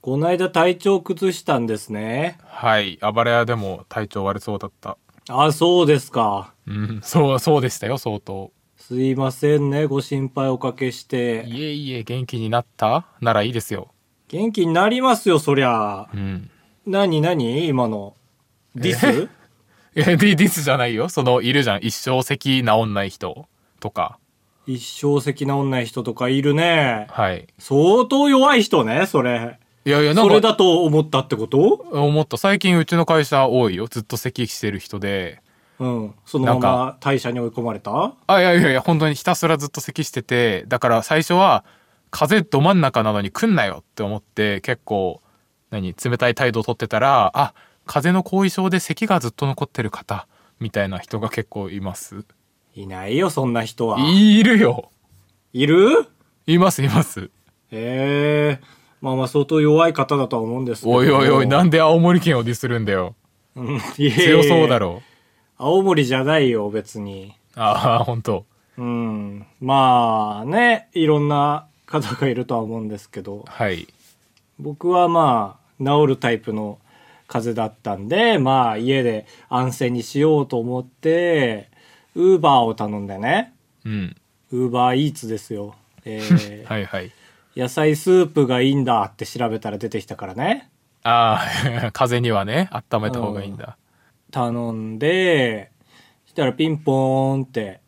こないだ体調崩したんですね。はい暴れ屋でも体調悪そうだったあ、そうですか。うん そうそうでしたよ相当すいませんね、ご心配おかけして。いえいえ元気になったならいいですよ元気になりますよ、そりゃ。うんなになに今の。ディス えディディスじゃないよそのいるじゃん一生咳治んない人とか一生咳治んない人とかいるね。はい相当弱い人ね、それ。いやいやなそれんかだと思ったってこと思った最近うちの会社多いよずっと咳してる人でうん。そのまなんま退社に追い込まれたあいやいやいや本当にひたすらずっと咳しててだから最初は風ど真ん中なのに来んなよって思って結構何冷たい態度をとってたらあ風邪の後遺症で咳がずっと残ってる方みたいな人が結構いますいないよ、そんな人は。いるよいるいますいますええまあまあ相当弱い方だとは思うんですけど。おいおいおいなんんで青森県をディスるんだよ強強そうだろ。ろ青森じゃないよ、別に。ああ本当うん。まあね、いろんな方がいるとは思うんですけど、はい僕はまあ、治るタイプの風邪だったんで、まあ家で安静にしようと思って、ウーバーを頼んでね、うんウーバーイーツですよ。えー はいはい野菜スープがいいんだって調べたら出てきたからね。ああ 風邪にはね温めた方がいいんだ頼んで、そしたらピンポーンって、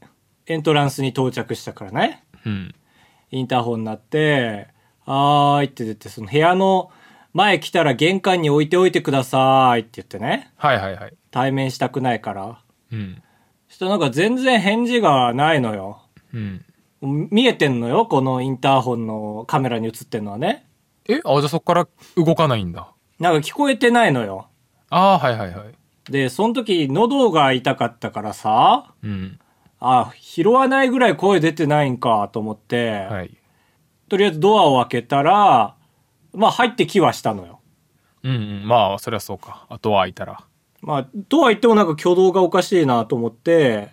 エントランスに到着したからね。うんインターホンになって、はーいって出て、その部屋の前来たら玄関に置いておいてくださいって言ってね。はいはいはい対面したくないから。うんそしたらなんか全然返事がないのよ。うん見えてんのよ、このインターホンのカメラに映ってんのはね。えあじゃあそこから動かないんだなんか聞こえてないのよ。ああはいはいはいで、その時喉が痛かったからさ、うんあ、拾わないぐらい声出てないんかと思って、はいとりあえずドアを開けたら、まあ入ってきはしたのよ。うんうんまあそりゃそうかあとは開いたらまあ、とは言ってもなんか挙動がおかしいなと思って、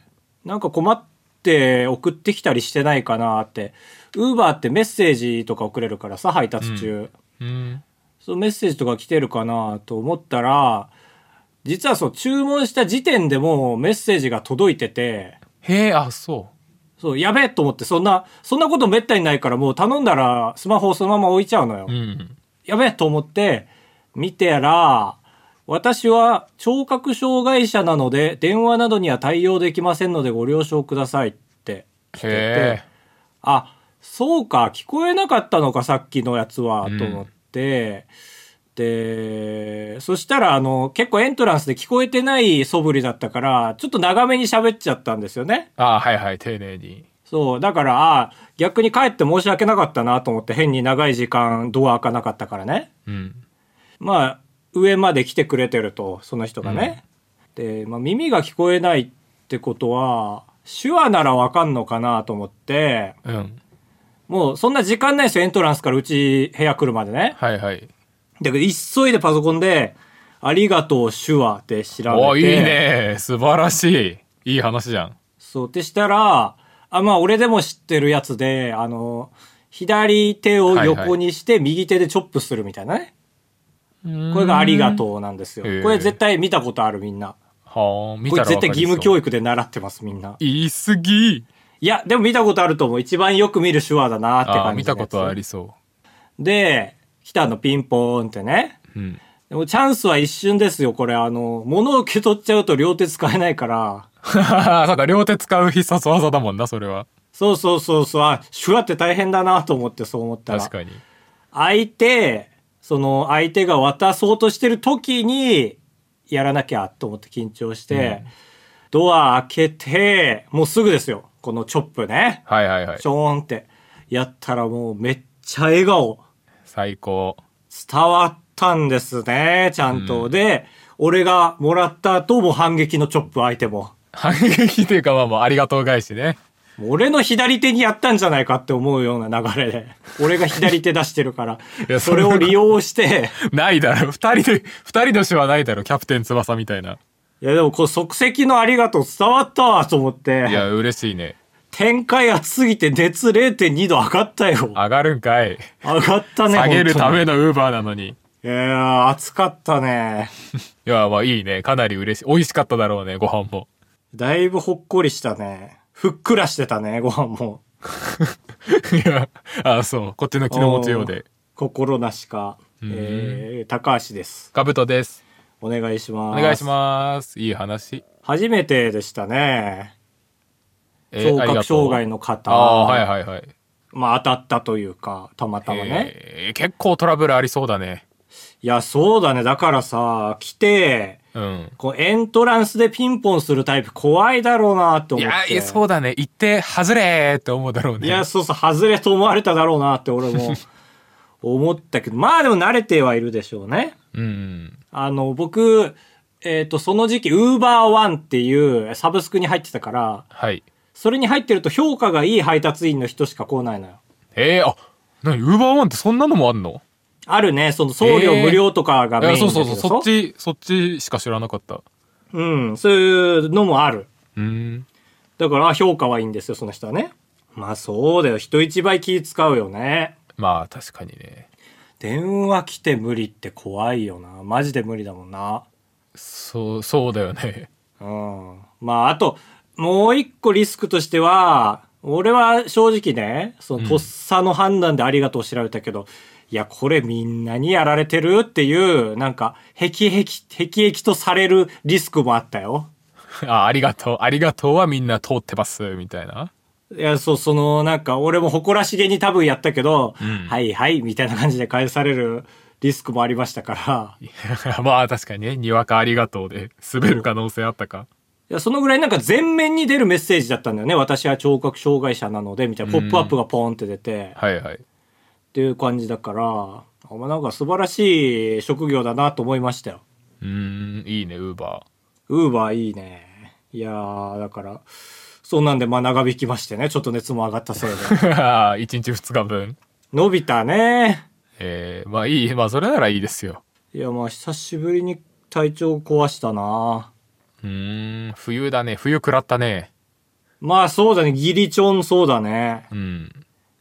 なんか困って送ってきたりしてないかなって。ウーバーってメッセージとか送れるからさ、配達中。うんそのメッセージとか来てるかなと思ったら、実はそう、注文した時点でもうメッセージが届いてて、へえあそそう、やべえと思って、そんな、そんなことめったにないから、もう頼んだら、スマホをそのまま置いちゃうのよ。ううんやべえと思って、見てやら、私は聴覚障害者なので、電話などには対応できませんのでご了承くださいって来てへて、あ、そうか、聞こえなかったのか、さっきのやつは、うんと思って、で、そしたら、あの、結構エントランスで聞こえてない素振りだったから、ちょっと長めに喋っちゃったんですよね。ああはいはい丁寧にそう。だから、あ逆に帰って申し訳なかったなと思って変に長い時間ドア開かなかったからね。うんまあ、上まで来てくれてると、その人がね。で、まあ、耳が聞こえないってことは、手話ならわかんのかなと思って、うんもうそんな時間ないですよ、エントランスからうち部屋来るまでね。はいはいだけど、急いでパソコンで、ありがとう手話って調べて。おいいね素晴らしいいい話じゃんそう。ってしたら、あ、まあ、俺でも知ってるやつで、あの、左手を横にして、右手でチョップするみたいなね。これがありがとうなんですよ。へえこれ絶対見たことあるみんな。はあ見こたれら絶対義務教育育で習ってますみんな。言い過ぎいや、でも見たことあると思う。一番よく見る手話だなってああ感見じのたやつことありそで、来たのピンポーンってね。ううんでもチャンスは一瞬ですよ、これ。あの、物を受け取っちゃうと両手使えないから。 そうか両手使う必殺技だもんなそれはそうそうそうそう。あ、手話って大変だなと思ってそう思ったら。確かに相手、その相手が渡そうとしてる時に、やらなきゃと思って緊張して、ドア開けて、もうすぐですよ。このチョップね。はいはいはいちょーんって。やったらもうめっちゃ笑顔。最高伝わったんですね、ちゃんと。うんで、俺がもらった後も反撃のチョップ相手も。反撃というかまあまあありがとう返しねもう俺の左手にやったんじゃないかって思うような流れで。俺が左手出してるから い。やそれを利用して、ないだろ二人で二人の手はないだろキャプテン翼みたいないやでもこう即席のありがとう伝わったわと思って。いや嬉しいね展開熱すぎて熱0.2度上がったよ。上がるんかい。上がったね。下げるた本めのウーバーなのに。当に。いやー、暑かったね。いや、まあいいね。かなり嬉しい。美味しかっただろうね、ご飯も。 だいぶほっこりしたね。ふっくらしてたね、ご飯も。いや、あ、そう。こっちの気の持ちようで。心なしか。えー、高橋です。かぶとです。お願いしおます。願いします。いい話。初めてでしたね。え聴覚障害のの方。ああ、はいはいはい。まあ当たったというか、たまたまね。えー結構トラブルありそうだね。いや、そうだね。だからさ、来て、うん。こうエントランスでピンポンするタイプ怖いだろうなってい思っや、て。いやそうだね。行って、外れーって思うだろうね。いや、そうそう、外れと思われただろうなって俺 も思ったけど、まあでも慣れてはいるでしょうね。うん。あの、僕、えっ、と、その時期、ウーバーワンっていうサブスクに入ってたから、はい。それに入ってると評価がいい配達員の人しか来ないのよ。えー、あ、なに、ウーバーワンってそんなのもあんのあるね、その送料無料とかがいメイや、ンだけそどうそうそう。そっち、そっちしか知らなかった。うん、そういうのもある。うん。だから、あ評価はいいんですよ、その人はね。まあそうだよ、人一倍気使うよね。まあ、確かにね。電話来て無理って怖いよな。マジで無理だもんな。そう、そうだよね。 うん。まあ、あと、もう一個リスクとしては、俺は正直ね、そのとっさの判断でありがとうを調べたけど、いや、これみんなにやられてるっていう、なんか、へきへき、へきへきとされるリスクもあったよ。あ、ありがとう。ありがとうはみんな通ってます。みたいな。 いや、そう、その、なんか、俺も誇らしげに多分やったけど、んはいはい、みたいな感じで返されるリスクもありましたから、いやまあ、確かにね。にわかありがとうで、滑る可能性あったか。いやそのぐらいなんか全面に出るメッセージだったんだよね。私は聴覚障害者なので、みたいな、ポップアップがポーンって出て、っはいはい。ていう感じだから、あまあなんか素晴らしい職業だなと思いましたよ。うーん、いいね、ウーバウーバーいいね。いやー、だから、そんなんでまあ長引きましてね、ちょっと熱も上がったせいで。ー。1日2日 分。伸びたね。えー、まあいい。まあ、それならいいですよ。いやまあ久しぶりに体調壊したな。うーん、冬だね。冬食らったね。まあそうだね、ギリチョンそうだね。うん。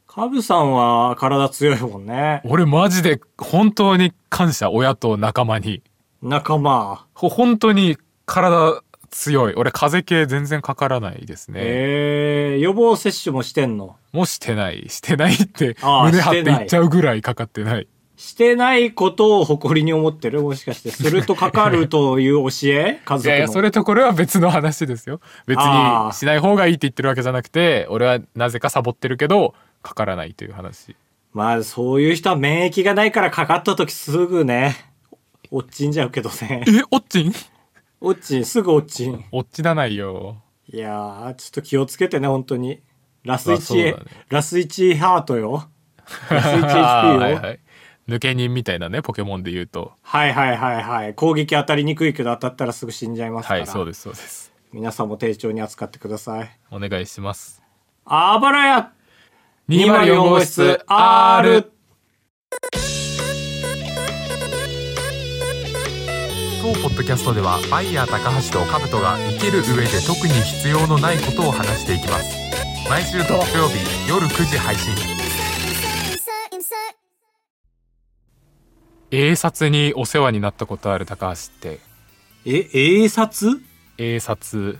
カブさんは体強いもんね。俺マジで本当に感謝親と仲間に仲間。ほ本当に体強い俺風邪系全然かからないですね、えー、予防接種もしてんのもうしてないしてないってあー胸張ってして言ないっちゃうぐらいかかってないしてないことを誇りに思ってるもしかして。するとかかるという教え家族の。 いやいやそれとこれは別の話ですよ別あにーしない方がいいって言ってるわけじゃなくて俺はなぜかサボってるけどかからないという話まあ、そういう人は免疫がないからかかった時すぐね、おっちんじゃうけど ね。えおっちんおっちん、すぐおっちん。おっちだないよいやー、ちょっと気をつけてね、本当に。ラスまあそう1、だねラス1ハートよ。ラス 1HP よ。 はいはい抜け人みたいなねポケモンで言うとはいはいはいはい。攻撃当たりにくいけど当たったらすぐ死んじゃいますかはら。いそうですそうです皆さんも丁重に扱ってください。お願いしますあばらや204号室 R 当ポッドキャストではバイヤー高橋と兜が生きる上で特に必要のないことを話していきます毎週土曜日夜9時配信 insert, insert. 映察にお世話になったことある高橋ってえ、英札映察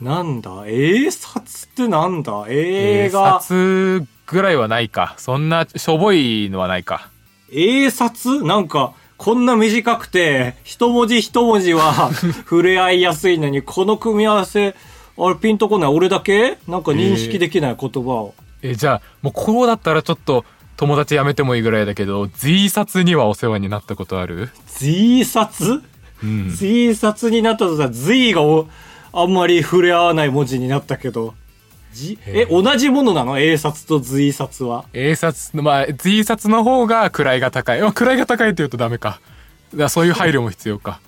なんだ英札ってなんだ映映画。察ぐらいはないかそんなしょぼいのはないか英札なんか、こんな短くて、一文字一文字 は触れ合いやすいのに、この組み合わせ、あれピンとこない俺だけなんか認識できない言葉を。えじゃあもうこうだったらちょっと友達辞めてもいいぐらいだけど Z 察にはお世話になったことある随札うん随札になったとさ、随がおあんまり触れ合わない文字になったけど。じえ、へー同じものなの英札と随札は。 A 札の、まあ、Z 札の方が位が高い。まあ、位が高いって言うとダメか。だからそういう配慮も必要か。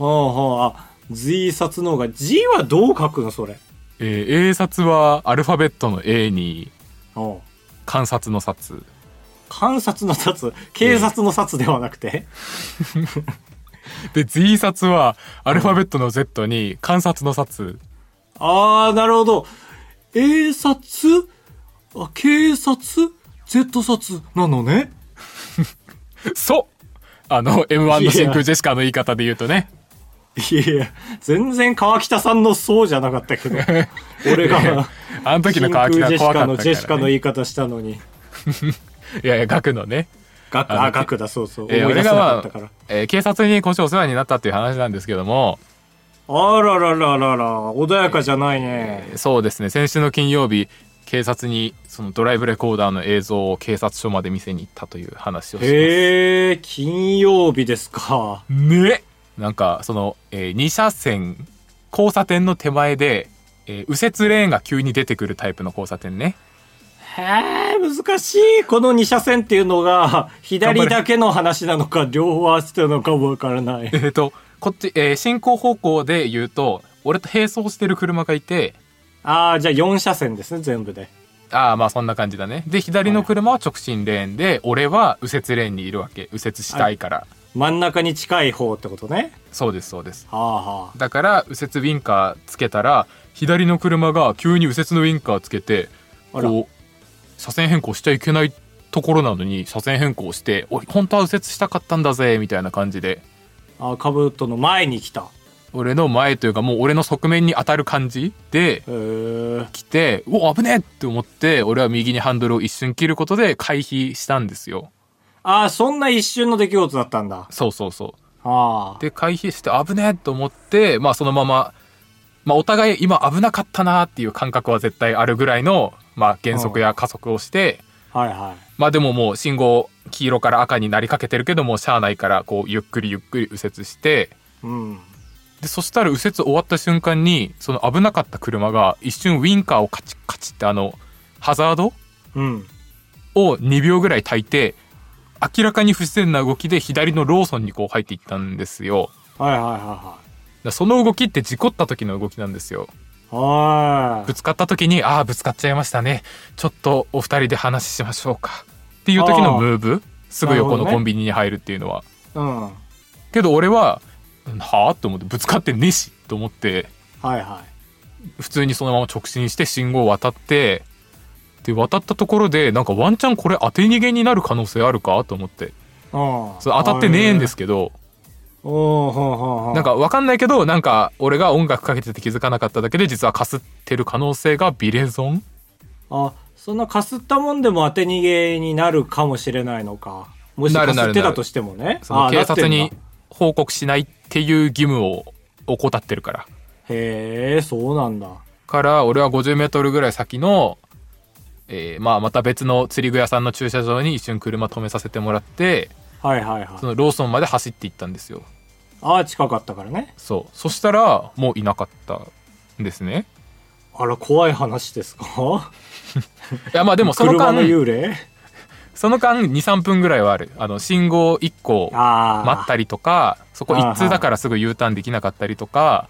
はあはあ、随札の方が、字はどう書くのそれ。えー、A 札はアルファベットの A にうん。観察の札。観察の札、警察の札ではなくて、で、Z 札はアルファベットの Z に観察の札。ああ、なるほど。 A 札あ、K 札 ?Z 札なのねそうあの M1 の真空ジェシカの言い方で言うとねいやいや、全然川北さんのそうじゃなかったけ ど。俺が、あの時の川北真空ジェシは怖カかったのかジェシカら、のね、言い方したのに。いやいやガクのねガク、ああ、のガクだ、そうそう。えー思い俺出せがなかっはたから。、えー警察に今週お世話になったっていう話なんですけども、あららららら、穏やかじゃないね。そうですね、先週の金曜日、警察にそのドライブレコーダーの映像を警察署まで見せに行ったという話をします。へえ、金曜日ですか。ねなんか、その、え2車線、交差点の手前で、えー右折レーンが急に出てくるタイプの交差点ね。へえ、難しい。この二車線っていうの が、左だけの話なのか、両方合わせてるのかもわからないえ。っ、と、こっち、えー進行方向で言うと、俺と並走してる車がいて、 ああ、じゃあ4車線ですね、全部で。ああまあそんな感じだねで左の車は直進レーンで、俺は右折レーンにいるわけ右折したいから、真ん中に近い方ってことね。そうですそうですはあはだから右折ウィンカーつけたら左の車が急に右折のウィンカーつけてあらこう車線変更しちゃいけないところなのに車線変更して「おい本当は右折したかったんだぜ」みたいな感じであ。あ、カブトの前に来た。俺の前というかもう俺の側面に当たる感じでへえ。来て「うお危ねえ!」って思って俺は右にハンドルを一瞬切ることで回避したんですよああ、そんな一瞬の出来事だったんだ。そうそうそうああ。で回避して危ねえと思って、まあ、そのまま、まあ、お互い今危なかったなっていう感覚は絶対あるぐらいの、まあ、減速や加速をして、はいはい。まあでももう信号黄色から赤になりかけてるけどもうしゃあないからこうゆっくりゆっくり右折してうん。でそしたら右折終わった瞬間にその危なかった車が一瞬ウインカーをカチッカチッってあのハザードうん。を2秒ぐらい焚いて明らかに不自然な動きで左のローソンにこう入っていったんですよ。はいはいはだからその動きって事故った時の動きなんですよいはい。はぶつかった時にああぶつかっちゃいましたねちょっとお二人で話しましょうかっていう時のムーブすぐ横のコンビニに入るっていうのは、い。うん。はいけど俺ははあと思ってぶつかってねえしと思っては普通にそのまま直進して信号を渡ってで渡ったところでなんかワンチャンこれ当て逃げになる可能性あるかと思ってい。うん。それ当たってねえんですけどおおほうほうほう。なんかわかんないけどなんか俺が音楽かけてて気づかなかっただけで実はかすってる可能性がビレゾンあ、そんなかすったもんでも当て逃げになるかもしれないのか。もしなかるすなっるてなたるとしてもね。そのあ警察。なってにんだ報告しないっていう義務を怠ってるから。へえ、そうなんだ。から、俺は50メートルぐらい先の、えーまあ、また別の釣り具屋さんの駐車場に一瞬車止めさせてもらって、はいはいはいそ。のローソンまで走って行ったんですよ。ああ、近かったからね。そう。そしたら、もういなかったんですね。あら、怖い話ですかいや、まあでもその車間の、幽霊その間2、3分ぐらいはある。あの、信号1個ああ。待ったりとか、そこ1通だからすぐ U ターンできなかったりとか、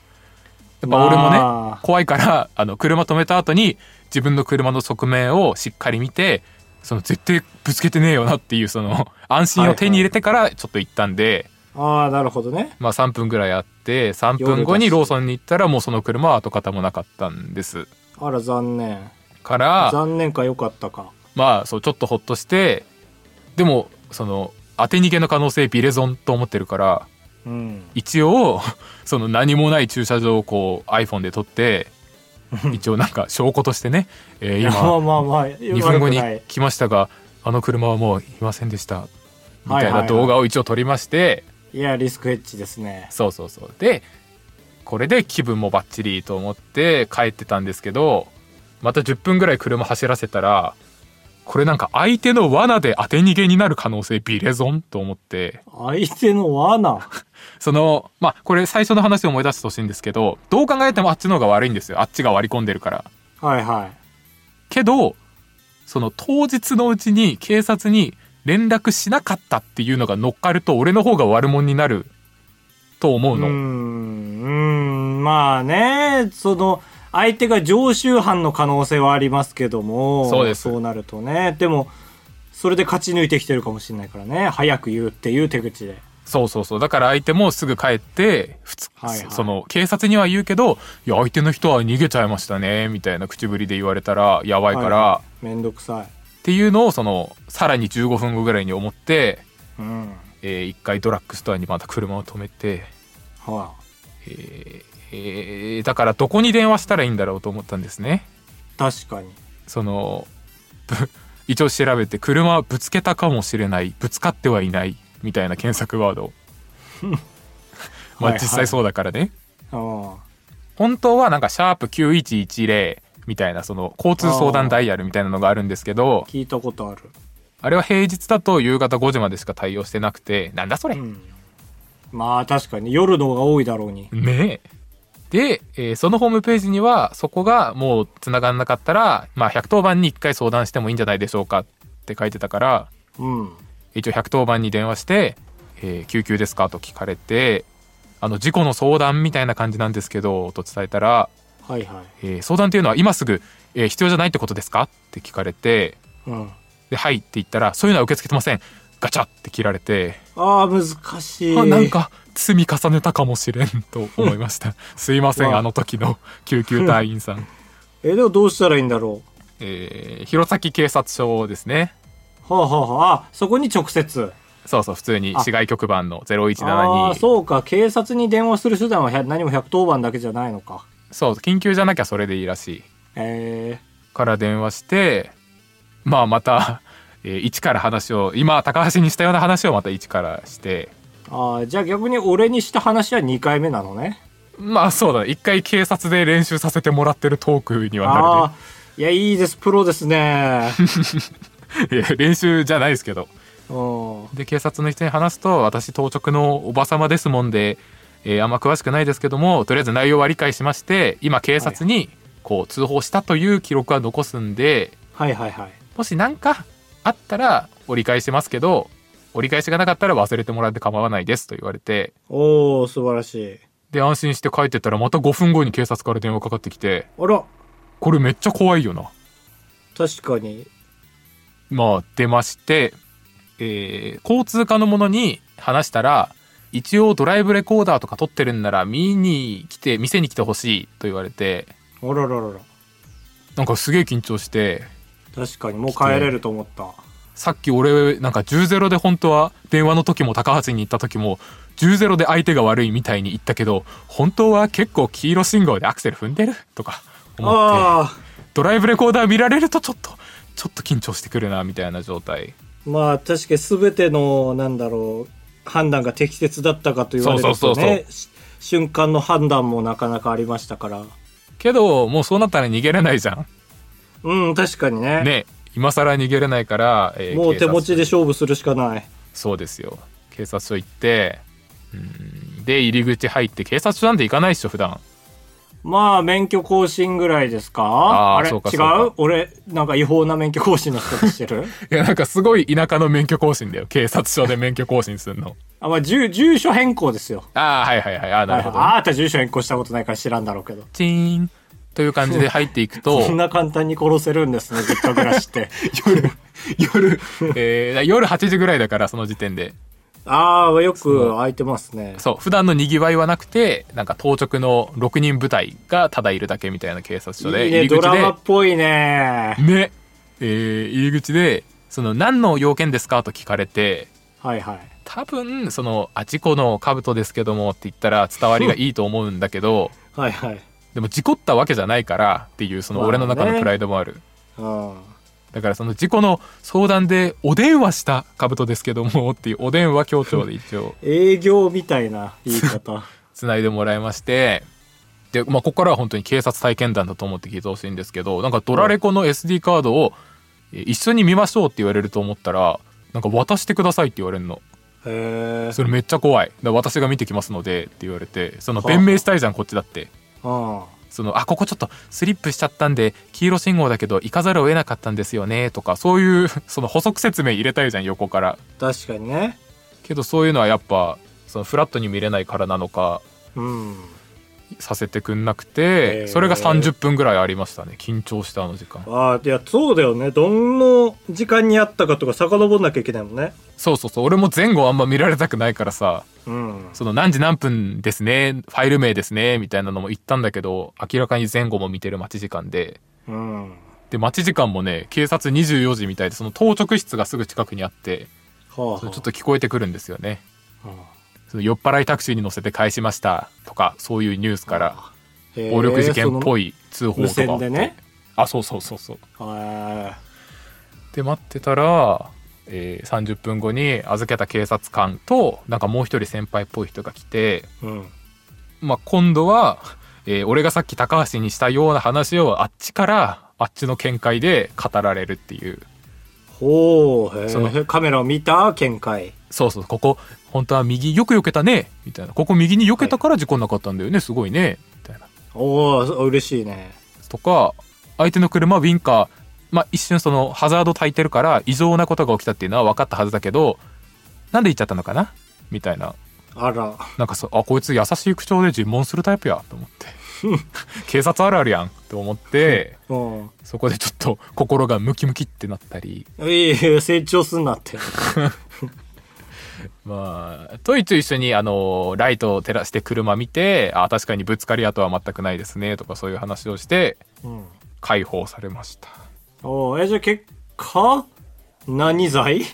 やっぱ俺もね、まあ怖いから あの車止めた後に自分の車の側面をしっかり見てその絶対ぶつけてねえよなっていうその 安心を手に入れてからちょっと行ったんで、ああ、なるほどね。まあ3分ぐらいあって3分後にローソンに行ったらもうその車は跡形もなかったんですあら、残念。から残念か良かったか。まあそうちょっとほっとしてでもその当て逃げの可能性ビレゾンと思ってるからうん。一応その何もない駐車場をこう iPhone で 撮って一応なんか証拠としてね、えーいや今まあまあまあ、 2 2分後にはい来ましたがあの車はもういませんでしたみたいはない動画を一応撮りまして、いや、リスクヘッジですね。そうそうそうでこれで気分もバッチリと思って帰ってたんですけどまた10分ぐらい車走らせたらこれなんか相手の罠で当て逃げになる可能性ビレゾンと思って相手の罠。そのまあこれ最初の話を思い出してほしいんですけどどう考えてもあっちの方が悪いんですよあっちが割り込んでるから。はいはい。けどその当日のうちに警察に連絡しなかったっていうのが乗っかると俺の方が悪者になると思ううーの、ん、うーん、まあね、その、相手が常習犯の可能性はありますけども、そうですそうなるとね。でも、それで勝ち抜いてきてるかもしれないからね。早く言うっていう手口で。そうそうそうだから相手もすぐ帰って普通、はいはいその警察には言うけど「いや相手の人は逃げちゃいましたね」みたいな口ぶりで言われたらやばいから、はいめんどくさいっていうのをそのさらに15分後ぐらいに思って、うんえー一回ドラッグストアにまた車を止めて、はえーえーだからどこに電話したらいいんだろうと思ったんですね。あ確かにその ぶ一応調べて車はぶつけたかもしれないぶつかってはいないみたいな検索ワードをまはあいはい実際そうだからね、あ本当はなんか「シャープ #9110」みたいなその交通相談ダイヤルみたいなのがあるんですけど聞いたことあるあれは平日だと夕方5時までしか対応してなくてなんだそれ、うんまあ確かに夜の方が多いだろうにねえで、えーそのホームページにはそこがもう繋がんなかったら、まあ、110番に1回相談してもいいんじゃないでしょうかって書いてたからうん一応110番に電話して「えー救急ですか?」と聞かれて「あの事故の相談みたいな感じなんですけど」と伝えたらはいはい「えー相談っていうのは今すぐ、えー必要じゃないってことですか?」って聞かれてうん「ではい」って言ったら「そういうのは受け付けてません」ガチャって切られて、ああ難しいあなんか積み重ねたかもしれんと思いました すいませうんわあの時の救急隊員さん、えでもどうしたらいいんだろえー、弘前警察署ですねうはあはあはああそこに直接そうそう普通に市外局番のああ0172そうか警察に電話する手段は100何も110番だけじゃないのかそう緊急じゃなきゃそれでいいらしいえから電話してまあまた、 えー一から話を今高橋にしたような話をまた一からしてー、ああじゃあ逆に俺にした話は2回目なのねまあそうだ一回警察で練習させてもらってるトークにあはあいやいいですプロです ねなるねいや練習じゃないですけどうんで警察の人に話すと私当直のおば様ですもんで、えーあんま詳しくないですけどもとりあえず内容は理解しまして今警察にこう通報したという記録は残すんではいはいはいもし何かあったら折り返しますけど折り返しがなかったら忘れてもらって構わないですと言われておお素晴らしいで安心して帰ってったらまた5分後に警察から電話かかってきてあらこれめっちゃ怖いよな確かにまあ出まして、えー交通課の者に話したら一応ドライブレコーダーとか撮ってるんなら見に来て店に来てほしいと言われてあららららなんかすげえ緊張して確かにもう帰れると思ったさっき俺なんか10ゼ0で本当は電話の時も高橋に行った時も10ゼ0で相手が悪いみたいに言ったけど本当は結構黄色信号でアクセル踏んでるとか思ってあドライブレコーダー見られるとちょっとちょっと緊張してくるなみたいな状態あまあ確かに全てのなんだろう判断が適切だったかと言われるとねそうそうそうし瞬間の判断もなかなかありましたからけどもうそうなったら逃げれないじゃんうん確かにねね今更逃げれないから、えーもう手持ちで警察署勝負するしかないそうですよ警察署行ってうんで入り口入って警察署なんて行かないっしょ普段まあ免許更新ぐらいですかああーれ違そうかそうかう俺なんか違法な免許更新の人して るいやなんかすごい田舎の免許更新だよ警察署で免許更新 するのあ、まあ、住住所変更ですよああはいはいはいあーなるほど、はいはいあなた住所変更したことないから知らんだろうけどチーンという感じで入ってい くとこんな簡単に殺せるんですね実家暮らしって 夜夜、えー夜8時ぐらいだからその時点でああよく空いてますねそう普段のにぎわいはなくてなんか当直の6人部隊がただいるだけみたいな警察署でいいね入りド口でラマっぽいねねえー入り口でその何の要件ですかと聞かれてはいはい多分そのあ事故の兜ですけどもって言ったら伝わりがいいと思うんだけどはいはいでも事故ったわけじゃないからっていうそのまあ俺の中のねプライドもある、うんだからその事故の相談でお電話した兜ですけどもっていうお電話協調で一応営業みたいな言い 方つないでもらいましてで、まあ、ここからは本当に警察体験談だと思って聞いてほしいんですけどなんかドラレコの SD カードをえー一緒に見ましょうって言われると思ったらなんか渡してくださいって言われるのへえそれめっちゃ怖いだから私が見てきますのでって言われてそのはあ弁明したいじゃんこっちだってうんそのあここちょっとスリップしちゃったんで黄色信号だけど行かざるを得なかったんですよねとかそういう その補足説明入れたいじゃん横から確かにねけどそういうのはやっぱそのフラットに見れないからなのかうんさせてくんなくて、えーそれが30分ぐらいありましたね緊張したあの時間ああいやそうだよねどの時間にあったかとか遡んなきゃいけないもんねそうそうそう俺も前後あんま見られたくないからさうん。その何時何分ですねファイル名ですねみたいなのも言ったんだけど明らかに前後も見てる待ち時間でうん。で待ち時間もね警察24時みたいでその当直室がすぐ近くにあってはあ、それちょっと聞こえてくるんですよねうん、その酔っ払いタクシーに乗せて返しましたとかそういうニュースからへえ暴力事件っぽい通報とそのかあ無線って、でねあそうそうそうそうそのへで待ってたら、えー30分後に預けた警察官となんかもう一人先輩っぽい人が来て、えうんまあ、今度は、えー俺がさっき高橋にしたような話をあっちからあっちの見解で語られるっていうほうへえそのカメラを見た見解そうそうここ本当は右よく避けたねみたいなここ右に避けたから事故なかったんだよね、すごいねみたいなおお嬉しいねとか相手の車ウィンカー、まあ、一瞬そのハザード焚いてるから異常なことが起きたっていうのは分かったはずだけどなんで言っちゃったのかなみたいなあらなんかそうあこいつ優しい口調で尋問するタイプやと思って 警察あるあるやんと思ってうんそこでちょっと心がムキムキってなったりいいよ成長すんなってまあといつ一緒にあのライトを照らして車見てあ確かにぶつかり跡は全くないですねとかそういう話をしてうん解放されました、おーえじゃあ結果何罪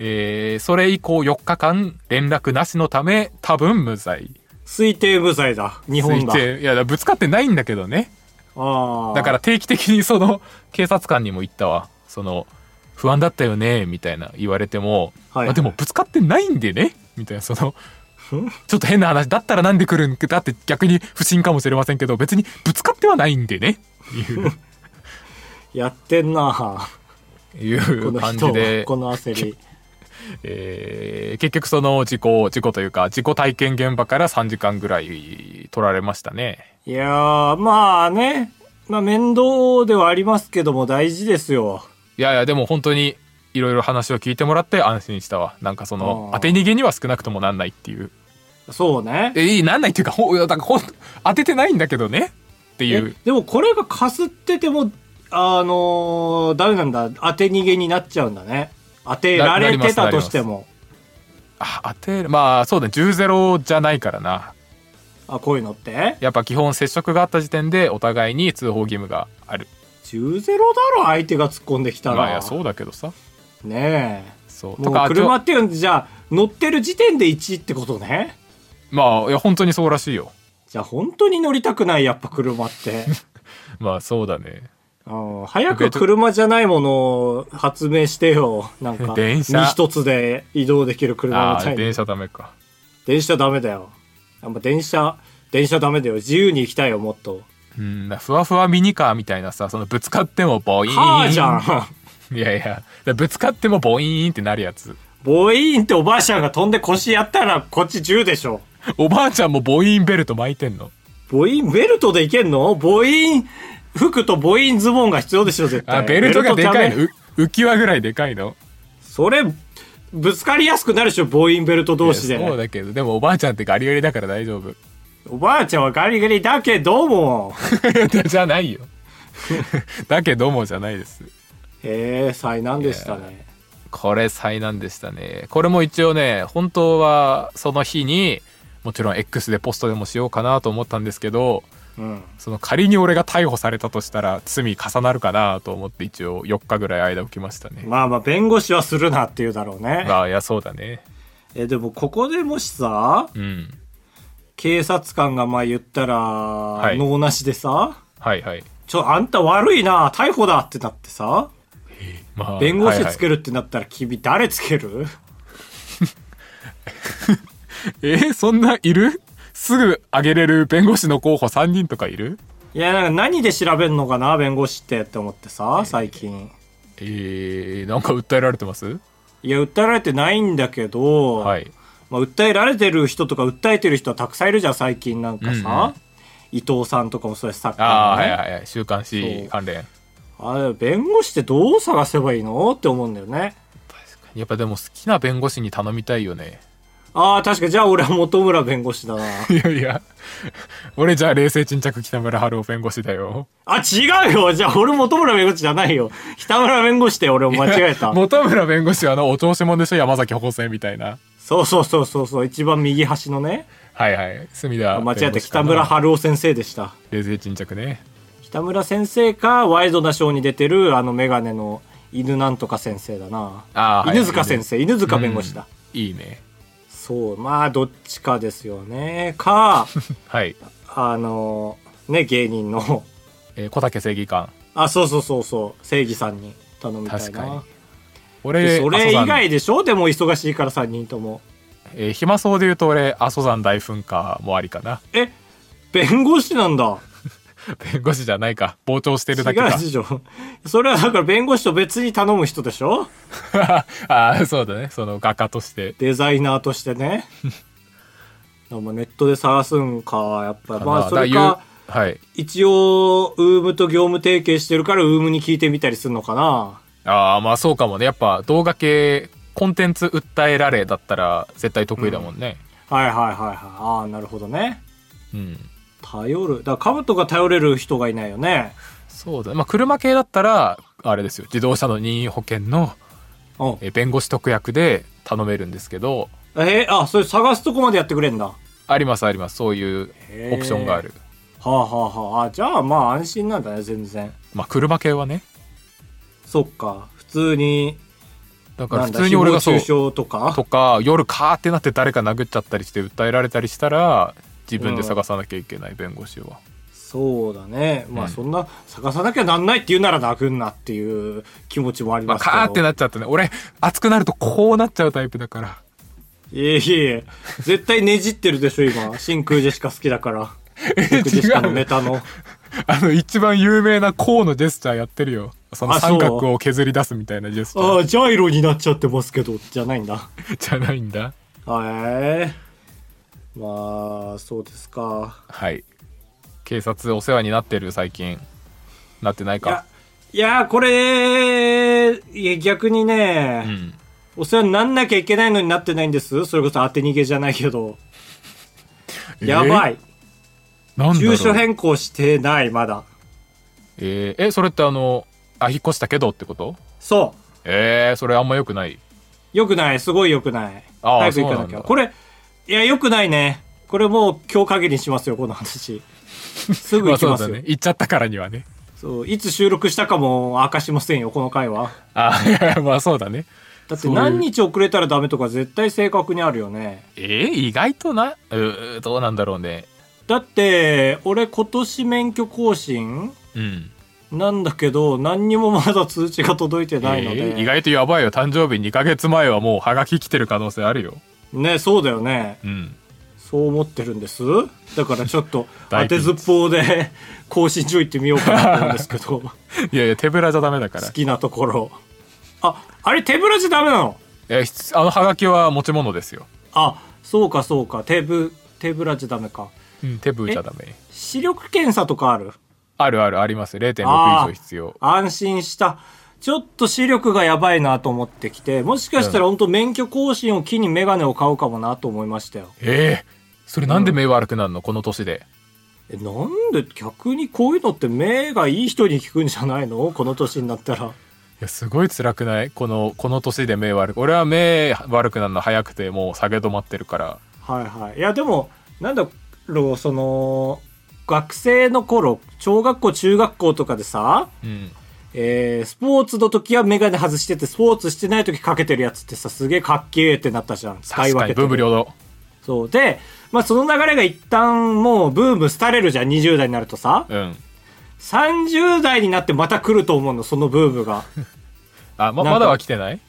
えーそれ以降4日間連絡なしのため多分無罪推定無罪だ日本だ推定いやぶつかってないんだけどねああだから定期的にその 警察官にも言ったわその不安だったよねみたいな言われても、はいはいまあでもぶつかってないんでねみたいな そのちょっと変な話だったらなんで来るんだって逆に不審かもしれませんけど別にぶつかってはないんでねっていうやってんな いうこの感人じで、この焦りえー結局その事故事故というか事故体験現場から3時間ぐらい取られましたね。いやーまあねまあ面倒ではありますけども大事ですよいやいやでも本当にいろいろ話を聞いてもらって安心したわなんかそのあー当て逃げには少なくともなんないっていうそうねえいいなんないっていうかほいやだからほん当ててないんだけどねっていえうでもこれがかすっててもあのーダメなんだ当て逃げになっちゃうんだね当てられてたとしてもあ当てるまあそうだね10ゼロじゃないからなあこういうのってやっぱ基本接触があった時点でお互いに通報義務がある10ゼロだろ相手が突っ込んできたら、まあいやそうだけどさねそうえもとかうあと車っていうんでじゃあ乗ってる時点で1ってことねまあいや本当にそうらしいよじゃあ本当に乗りたくないやっぱ車ってまあそうだねうん早く車じゃないものを発明してよなんか電車身一つで移動できる車あみあたいーな電車ダメか電車ダメだよ。やっぱ電車、電車ダメだよ。自由に行きたいよ、もっと。うんふわふわミニカーみたいなさそのぶつかってもボイーンカーじゃん。 いやいや、だぶつかってもボイーンってなるやつ。 ボイーンっておばあちゃんが飛んで腰やったらこっち銃でしょ。おばあちゃんもボイーンベルト巻いてんの。ボイーンベルトでいけんのボイーン服とボイーンズボンが必要でしょ、絶対。あ、ベルトがでかいダの。メう浮き輪ぐらいでかいの。それ、ぶつかりやすくなるでしょ、ボイーンベルト同士いやそうで。だけど、でもおばあちゃんってガリガリだから大丈夫。 おばあちゃんはガリガリだけども。じゃないよ。 だけどもじゃないです。へえ、災難でしたね。これ災難でしたね。これも一応ね、本当はその日に、もちろん X でポストでもしようかなと思ったんですけど、うん。その仮に俺が逮捕されたとしたら罪重なるかなと思って一応4日ぐらい間置きましたね。まあまあ、弁護士はするなっていうだろうね。まあ、いや、そうだね。え、でもここでもしさ、うん。警察官がまあ言ったら、い脳なしでさ、はいはい。ちょ、あんた悪いな、逮捕だってなってさ、まあ、弁護士つける、るってなったら君誰つける、えーそんないるすぐ上げれる弁護士の候補3人とかいるい、や、なんか何で調べんのかな、弁護士ってって思ってさ、最近。えー、なんか訴えられてますいや、訴えられてないんだけど、はい。まあ、訴えられてる人とか訴えてる人はたくさんいるじゃん、最近なんかさ。伊藤さんとかもそうやし、サッカあーあ、のはいねはいはい。週刊そ C う関連。あれ、弁護士ってどう探せばいいのって思うんだよね。やっぱでも好きな弁護士に頼みたいよね。ああ、確かにじゃあ俺は本村弁護士だな。いやいや 俺じゃあ冷静沈着北村春夫弁護士だよあ、違うよじゃあ俺本村弁護士じゃないよ。北村弁護士って俺も間違え た。本村弁護士はあのお調子者でしょ山崎補正みたいなそうそうそうそうそう、一番右端のね。はいはい隅田あ間違え弁護た、士か北な村春夫先生でした。冷静沈着ね北村先生か、ワイドなショーに出てるあのメガネの犬なんとか先生だな。あーはい犬塚先生、犬塚弁護士だ。いいねそう、まあどっちかですよね。 か、はい、あの、ね、芸人の。えー小竹正義感あ、そうそうそうそう、正義さんに頼みたい確かにな。俺それ以阿蘇山外でしょでも忙しいから3人とも。えー暇そうで言うと俺阿蘇山大噴火もありかなえ弁護士なんだ。弁護士じゃないか傍聴してるだけ違かうでしょ。それはだから弁護士と別に頼む人でしょ ああそうだねその画家としてデザイナーとして ね。でもネットで探すんか、やっぱ。まあそれだか、ら言うはい一応、ウームと業務提携してるから、ウームに聞いてみたりするのかな。ああまあそうかもねやっぱ動画系コンテンツ訴えられだったら絶対得意だもんねはいはいはいはい。ああ、なるほどね。うん、頼る。だから、カブトが頼れる人がいないよね。そうだねまあ車系だったらあれですよ自動車の任意保険のうん。えー弁護士特約で頼めるんですけどえーあ、それ探すとこまでやってくれんだ。はありますありますそういうオプションがあるあはあはあ。あじゃあまあ安心なんだね、全然。まあ車系はねそっか。普通に、だからなん普だ、通に俺がそう誹謗中傷とかとか夜カーってなって誰か殴っちゃったりして訴えられたりしたら自分で探さなきゃいけない弁護士は、そうだね。まうあんそんな、探さなきゃなんないって言うなら殴んなっていう気持ちもありまあ、ますけカど。ーってなっちゃったね俺熱くなるとこうなっちゃうタイプだから いえいえ、絶対ねじってるでしょ、今。真空ジェシカ好きだから。 真空ジェシカのネタの。あの一番有名なこうのジェスチャーやってるよそのあそう三角を削り出すみたいなジェスチあャあ、ジャイロになっちゃってますけど、じゃないんだ。ーじゃないんだはい。まあ、そうですか。はい警察お世話になってる最近なってないいやか、いやこれ、いや逆にうね、んお世話になんなきゃいけないのになってないんです。それこそ当て逃げじゃないけど。やばいい。なんだろう住所変更してない、まだ。えーえそれってあのあ引っ越したけどってことそ。えー、それあんま良くないうよくない、すごいよくない。ああ早く行かなそうきなゃ。んだこれ、いや、よくないね。これもう今日限りにしますよ、この話。 すぐま行あきそうますだよ。ね行っちゃったからにはねそういつ収録したかも明かしませんよ、この回は。あ いやまあそうだねだってそういう何日遅れたらダメとか絶対正確にあるよね。えー、意外となうーどうなんだろうねだって、俺今年免許更新うんなんだけど、何にもまだ通知が届いてないので。えー意外とやばいよ誕生日2ヶ月前はもうハガキ来てる可能性あるよね、そうだよね。うん そう思ってるんです。だからちょっと当大ピてンチずっぽうで 更新上行ってみようかなと思うんですけ ど、好いやいや手ぶらじゃダメだからきなところ。あ、あれ手ぶらじゃダメなのえーひつあのハガキは持ち物ですよ、あ、そうかそうか。手ぶ、手ぶらじゃダメか。うん、手ぶじゃダメ視力検査とかあるあるあるあります0.6以あー上必要安心した。ちょっと視力がやばいなと思ってきて、もしかしたら本当免許更新を機にメガネを買おうかもなと思いましたよ。ええそれなんで目悪くなるのこの年でえ、なんで逆にこういうのって目がいい人に聞くんじゃないのこの年になったら。いやすごい辛くないこのこの年で目悪く俺は目悪くなるの早くてもう下げ止まってるからはいはい。いや、でも、なんだろう、その、学生の頃、小学校、中学校とかでさ、うんえー、スポーツの時はメガネ外してて、スポーツしてない時かけてるやつってさ、すげえかっけえってなったじゃん。使い確分かけてに文武両道そう。で、まあその流れが一旦もうブーム廃れるじゃん、20代になるとさ。うん30代になってまた来ると思うの、そのブームが。あなまんかまだは来てない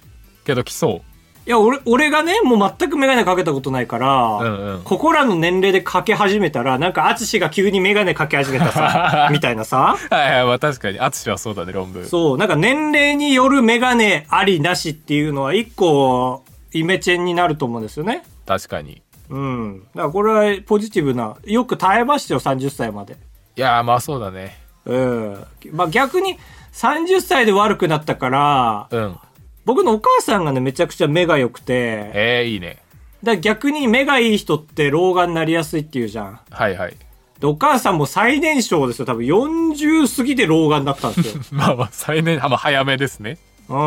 けど来そいや、俺、俺がね、もう全くメガネかけたことないから、うんうんここらの年齢でかけ始めたら、なんか、アツシが急にメガネかけ始めた さ、みたいなさ。うはいはいまあ確かに淳はそうだね論文そう、なんか年齢によるメガネありなしっていうのは、一個、イメチェンになると思うんですよね。確かにうん。だからこれはポジティブな、よく耐えましたよ、30歳まで。いやーまあそうだねうん。まあ逆に、30歳で悪くなったから、うん僕のお母さんがね、めちゃくちゃ目が良くて、えー、いいねだから逆に目がいい人って老眼になりやすいっていうじゃん。はいはい で、お母さんも最年少ですよ。多分40過ぎて老眼だったんですよ。まあまあ最年あまあ早めですねう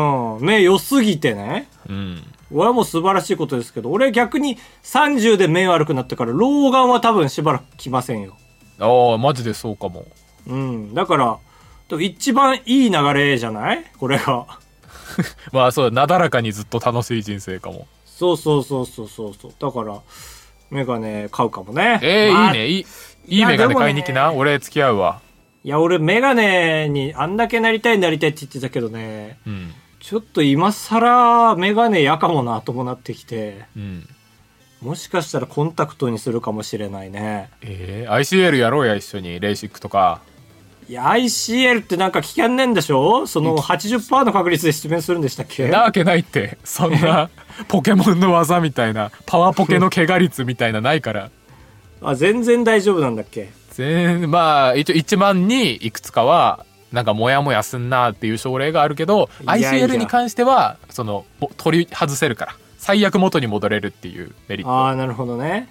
ん。目良すぎてね。うん俺はもう素晴らしいことですけど、俺は逆に30で目悪くなったから、老眼は多分しばらく来ませんよ。ああマジでそうかもうん。だから、多分一番いい流れじゃないこれが。まあそうなだらかにずっと楽しい人生かもそうそうそうそうそうそう。だから、メガネ買うかもね。えーまあいいねいいいいメガネ買いに来な、俺付き合うわいや、俺メガネにあんだけなりたいなりたいって言ってたけどね、うんちょっと今更メガネやかもなともなってきて、うんもしかしたらコンタクトにするかもしれないね。えー、ICL やろうや一緒にレーシックとかいや、ICL ってなんか危険ねんでしょその80%の確率で出面するんでしたっけなわけないってそんなポケモンの技みたいなパワポケの怪我率みたいなないからあ、全然大丈夫なんだっけ全まあ一応1万にいくつかはなんかモヤモヤすんなっていう症例があるけどいやいや ICL に関してはそのぼ取り外せるから最悪元に戻れるっていうメリットああ、なるほどね。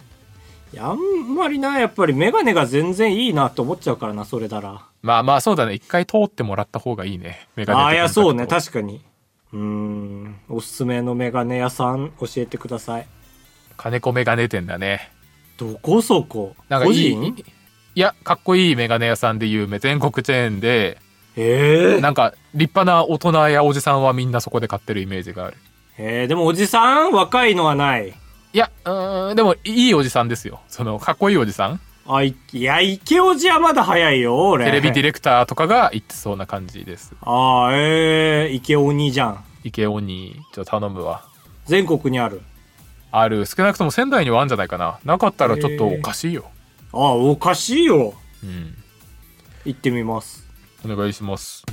いや、あんまりな、やっぱりメガネが全然いいなと思っちゃうからな、それなら。まあまあそうだね一回通ってもらった方がいいねメガネとああ、いや、そうね、コンタク確かに。うーん、おすすめのメガネ屋さん教えてください。ト金子メガネ店だねどこそこなんか個いい人いやかっこいいメガネ屋さんで有名全国チェーンでええなんか立派な大人やおじさんはみんなそこで買ってるイメージがあるえーでもおじさん若いのはない。いやうーんでもいいおじさんですよそのかっこいいおじさんあ、いいや、池おじはまだ早いよ、俺。テレビディレレクターとかが言ってそうな感じです。ああ、ええ池鬼じゃん。池尾に、ちょっと頼むわ。全国にある。ある、少なくとも仙台にはあるんじゃないかな。なかったらちょっとへーおかしいよ。ああ、おかしいよ。うん。行ってみます。お願いします。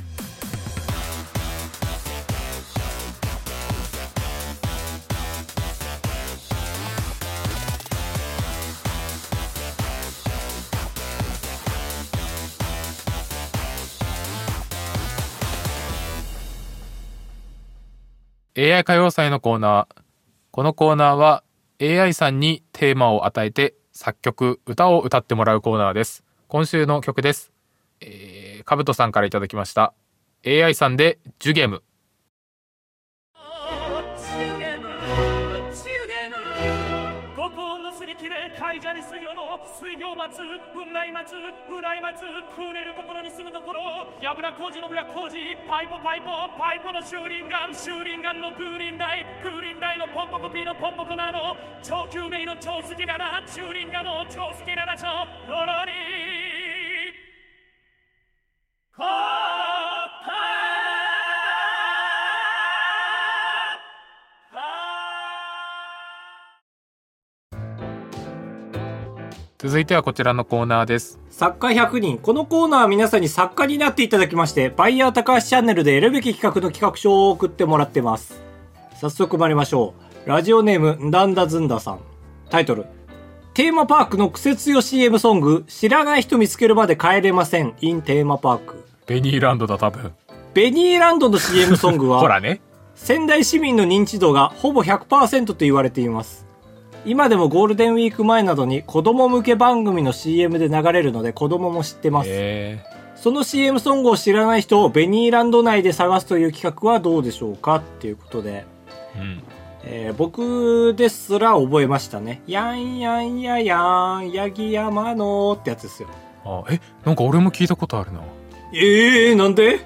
AI 歌謡祭のコーナー。このコーナーは AI さんにテーマを与えて作曲、歌を歌ってもらうコーナーです。今週の曲です。えー、かぶとさんからいただきました。AI さんでジュゲム。心すりきれ海蛇に水曜の水曜松雲内松雲内松くねる心に住むところやぶら工事のぶら工事パイポパイポパイポのシューリンガンシューリンガンのクーリンダイクーリンダイのポンポコピーのポンポコなの超救命の超好きだなシューリンガンの超好きだな超ロロリコーパー続いてはこちらのコーナーです。作家100人。このコーナーは皆さんに作家になっていただきまして、バイヤー高橋チャンネルで選るべき企画の企画書を送ってもらってます。早速参りましょう。ラジオネーム、んだんだずんださん。タイトル。テーマパークのクセ強 CM ソング、知らない人見つけるまで帰れません。in テーマパーク。ベニーランドだ多分。ベニーランドの CM ソング ほはら、ね。仙台市民の認知度がほぼ100%と言われています。今でもゴールデンウィーク前などに子供向け番組の CM で流れるので子供も知ってます。えその CM ソングを知らない人をベニーランド内で探すという企画はどうでしょうかっていうことで、ー、うん。えー僕ですら覚えましたね。やんやんややん、ヤギ山のってやつですよ。あ、え、なんか俺も聞いたことあるな。ええー、なんで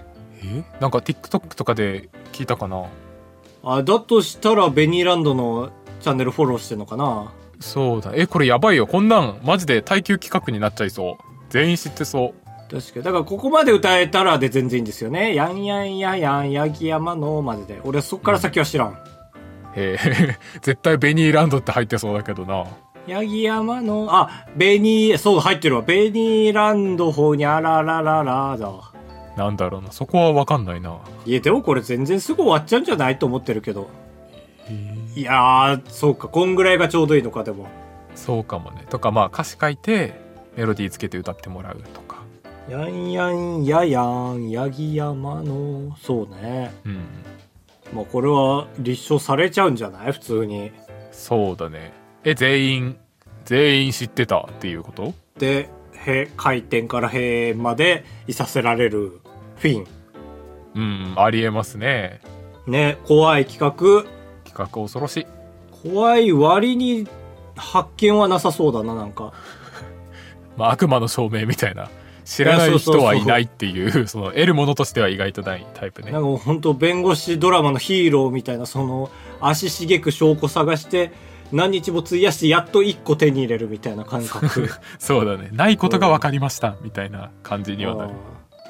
えなんか TikTok とかで聞いたかなあ、だとしたらベニーランドのチャンネルフォローしてんのかなそうだ。え、これやばいよ。こんなん、マジで耐久企画になっちゃいそう。全員知ってそ確かに。だからここまで歌えたらで全然いいんですよね。やんやんややん、ヤギ山のまでで。俺そっから先は知らん。う。へえ、 絶対ベニーランドって入ってそうだけどな。ヤギ山の、あ、ベニー、そう、入ってるわ。ベニーランド方にあららららだわ。なんだろうな。そこはわかんないな。いや、でもこれ全然すぐ終わっちゃうんじゃないと思ってるけど。いやー、そうか。こんぐらいがちょうどいいのか、でも。そうかもね。とか、まあ歌詞書いて、メロディーつけて歌ってもらうとか。やんやんややん、ヤギ山の、そうね。うん。まあこれは立証されちゃうんじゃない普通に。そうだねえ全員全員知ってたっていうことでへ開店から閉園までいさせられるフィンうんありえますねね怖い企画企画恐ろしい怖い割に発見はなさそうだななんかまあ、悪魔の証明みたいな知らない人はいないっていうその得るものとしては意外とないタイプねなんかもう本当弁護士ドラマのヒーローみたいなその足しげく証拠探して何日も費やしてやっと1個手に入れるみたいな感 覚そうだねないことが分かりましたみたいな感じにはなる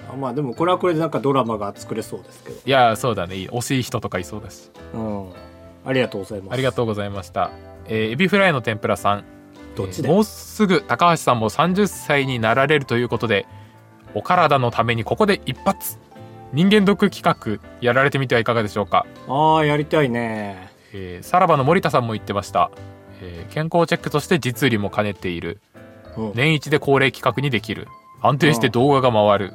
あーまあでもこれはこれでなんかドラマが作れそうですけいやーそうだね惜しい人とかいそうだしど、うん、ありがとうございますありがとうございました、えーエビフライの天ぷらさんどっちえでーもうすぐ高橋さんも30歳になられるということでお体のためにここで一発人間ドック企画やられてみてはいかがでしょうかああやりたいねえーさらばの森田さんも言ってました、えー健康チェックとして実売りも兼ねているうん年一で恒例企画にできる安定して動画が回る、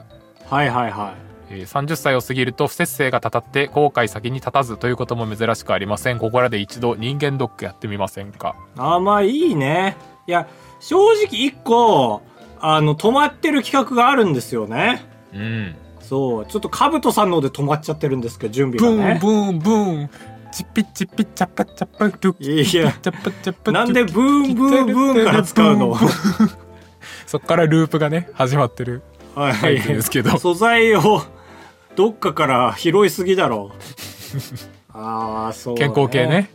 はいはいはえー30歳を過ぎると不節制がたたって後悔先に立たずということも珍しくありませんここらで一度人間ドックやってみませんかいあーまあいいねいや正直1個あの止まってる企画があるんですよねうんそうちょっと兜さんので止まっちゃってるんですけど準備ブがンねブンブンチッピチッピチャッパチャッパドゥッいやチャッパチャッパなんでブーンブーンブーンから使うのそっからループがね始まってるはいいいいですけど素材をどっかから拾いすぎだろうああそう、健康系ね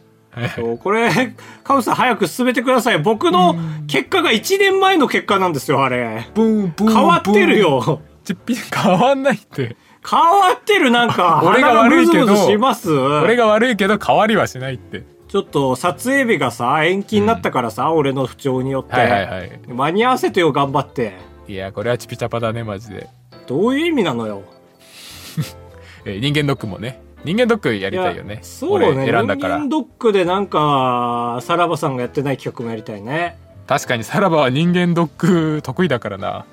そうこれカブさん早く進めてください僕の結果が1年前の結果なんですよあれブンブン変わってるよチッピ変わんないって変わってるなんか俺が悪いけど鼻ムズムズします俺が悪いけど変わりはしないってちょっと撮影日がさ延期になったからさ、俺の不調によって、はいはいはい間に合わせてよ頑張っていやこれはチピチャパだねマジで、どういう意味なのよえー人間ドックもね人間ドックやいりたいよねそうね俺選んだから人間ドックでなんかさらばさんがやってない企画もやりたいね確かにさらばは人間ドック得意だからな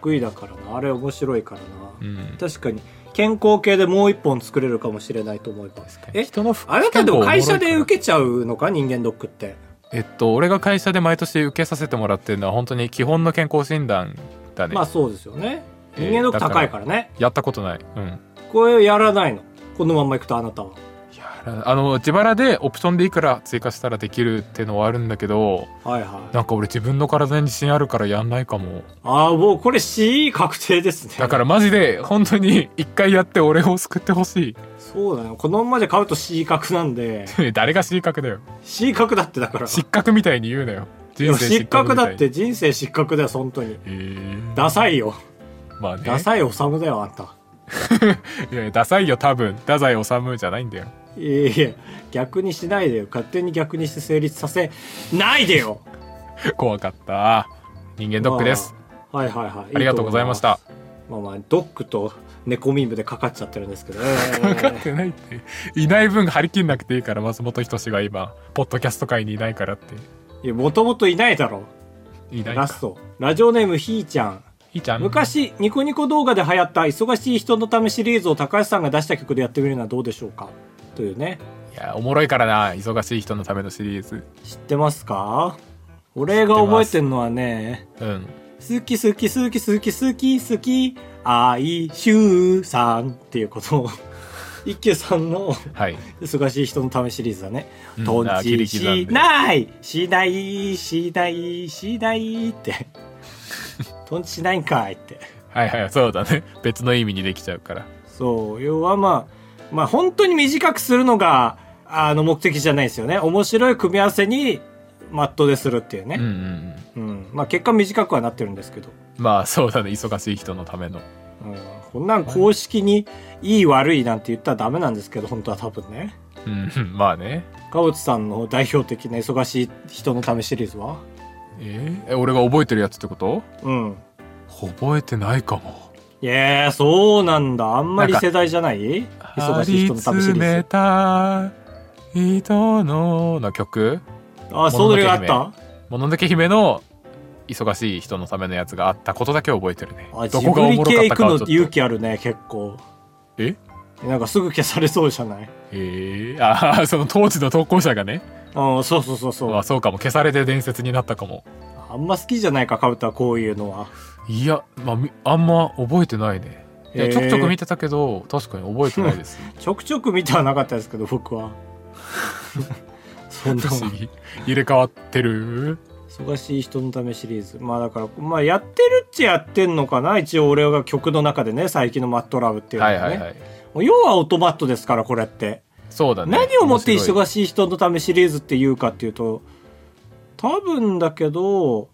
得意だからなあれ面白いからな、うん確かに健康系でもう一本作れるかもしれないと思いますかにえ人の不あなたでも会社健で康おもろいから受けちゃうのか人間ドックってえっと俺が会社で毎年受けさせてもらってるのは本当に基本の健康診断だね、まあそうですよねえ人ー間ドック高いからね、やったことないうんこれやらないのこのまんまいくとあなたはあの自腹でオプションでいくら追加したらできるってのはあるんだけどはいはいなんか俺自分の体に自信あるからやんないかもああもうこれ C 確定ですねだからマジで本当に一回やって俺を救ってほしそうだねこのまんまじゃ買うと C 確なんでい 誰が失格だよ C 確だってだから失格みたいに言うなよい人や生失失格格みただいっにて人生失格だよ本当にえーダサいよまあねダサいおさむだよあんたいやいやダサいよ多分太宰治じゃないんだよいやいや逆にしないでよ勝手に逆にして成立させないでよ怖かった人間ドックですまあはいはいはいありがとうございましたいいと思いますまあまあドックと猫ミームでかかっちゃってるんですけ どね分かってないっていない分張り切んなくていいから松本人志が今ポッドキャスト界にいないからっていやもともといないだろいないラかストラジオネームひーちゃんひーちゃん昔ニコニコ動画で流行った「忙しい人のため」シリーズを高橋さんが出した曲でやってみるのはどうでしょうかというねいやおもろいからな忙しい人のためのシリーズ知ってますか俺が覚えてんのはねうん好き好き好き好き好き好き愛しゅうさんっていうこと を一休さんの はい忙しい人のためシリーズだねうんとあん切ちり刻んでしないしないしないしないって とんちしないんかいってはいはいそうだね別の意味にできちゃうからそう要はまあまあ本当に短くするのがあの目的じゃないですよね面白い組み合わせにマットでするっていううんうね、んうんうんまあ結果短くはなってるんですけど、まあそうだね忙しい人のためのうん、こんなん公式にいい悪いなんて言ったらダメなんですけど本当は多分ねうんうんまあね川内さんの代表的な忙しい人のためシリーズはえーえ俺が覚えてるやつってことうん覚えてないかもいやーそうなんだあんまりなんか世代じゃない忙しい人のためシリ張り詰ーめズた人のの曲あそれがあったもののけ姫の忙しい人のためのやつがあったことだけ覚えてるねあジどこブがおリもろか系行ったくかはのちょっと勇気あるね結構えなんかすぐ消されそうじゃないえー、あーその当時の投稿者がねうん、そうそうそうそうあそうかも消されて伝説になったかもあんま好きじゃないかカブタはこういうのはいや、まあみ、あんま覚えてないねいへやーちょくちょく見てたけど確かに覚えてないです ちょくちょく見てはなかったですけど僕 はそんな不 思議入れ替わってる忙しい人のためシリーズまあだから、まあ、やってるっちゃやってんのかな一応俺が曲の中でね最近の「マットラブ」っていうのはがいね、はいはいもう要はオートマットですからこれって、そうだね何をもって面白忙いしい人のためシリーズっていうかっていうと多分だけど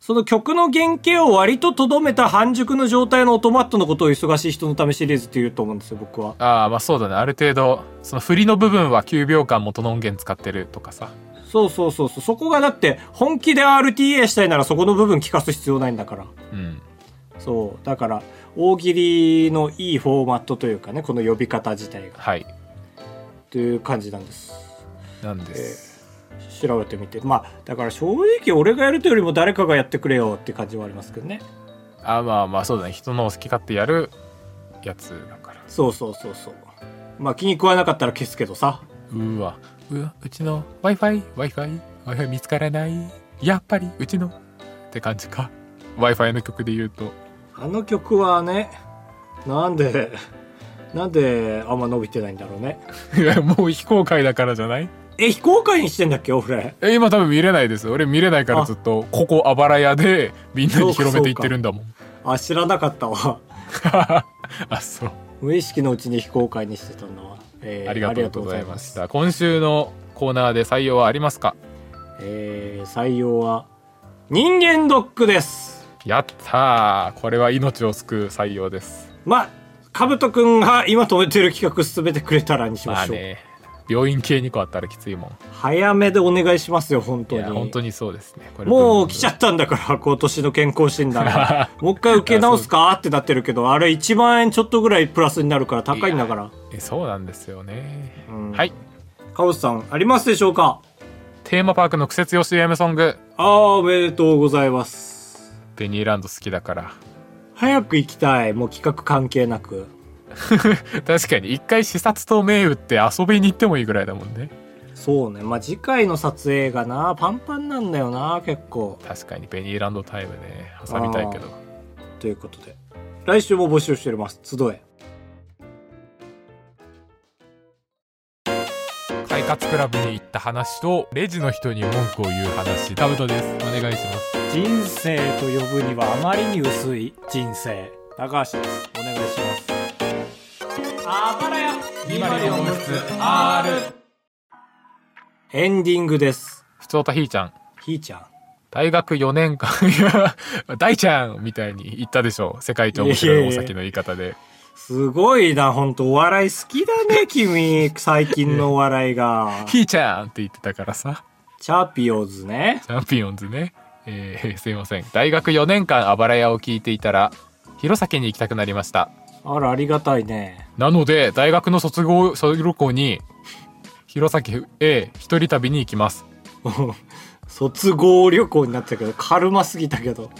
その曲の原型を割ととどめた半熟の状態のオートマットのことを忙しい人のためシリーズって言うと思うんですよ僕はああまあそうだねある程度その振りの部分は9秒間元の音源使ってるとかさそうそうそうそうそこがだって本気で RTA したいならそこの部分聞かす必要ないんだからうんそうだから大喜利のいいフォーマットというかねこの呼び方自体がはいという感じなんですなんです、調べてみてまあだから正直俺がやるというよりも誰かがやってくれよって感じはありますけどねああまあまあそうだね人の好き勝手やるやつだからそうそうそうそうまあ気に食わなかったら消すけどさうわうわうちの w i f i w i f i w i f i 見つからないやっぱりうちのって感じか w i f i の曲で言うとあの曲はねなんでなんであんま伸びてないんだろうねいやもう非公開だからじゃないえ非公開にしてんだっけ俺え今多分見れないです俺見れないからずっとここあばら屋でみんなに広めていってるんだもんあ知らなかったわ あそう、無意識のうちに非公開にしてたんだわ、えーありがとうございました今週のコーナーで採用はありますかえー採用は人間ドックですやったーこれは命を救う採用ですまあかぶとくんが今止めてる企画進めてくれたらにしままあしょう、ね病院系2個あったらきついもん早めでお願いしますよ本い当にや本当にそうですねこれもう来ちゃったんだから今年の健康診断 がもう一回受け直すかってなってるけどあれ1万円ちょっとぐらいプラスになるから高いんだからえそうなんですよね、んはいカオスさんありますでしょうかテーマパークの苦節用 CM ソングああおめでとうございますベニーランド好きだから 早く行きたいもう企画関係なく確かに一回視察と銘打って遊びに行ってもいいぐらいだもんねそうねまあ次回の撮影がなパンパンなんだよな結構確かにベニーランドタイムね挟みたいけどということで来週も募集しております集え快活クラブに行った話とレジの人に文句を言う話タブトですお願いします人生と呼ぶにはあまりに薄い人生高橋ですお願いしますあばらやエンディングですふつおたひーちゃんひーちゃん大学4年間いや大ちゃんみたいに言ったでしょ世界一面白い大崎の言い方ですごいな本当お笑い好きだね君最近のお笑い がひーちゃんって言ってたからさチャピオズねチャンピオンズね。えーすいません。大学4年間あばら屋を聞いていたら、弘前に行きたくなりました。あらありがたいねなので、大学の卒業、卒業旅行に、弘前へ一人旅に行きます。卒業旅行になったけど軽ますぎたけど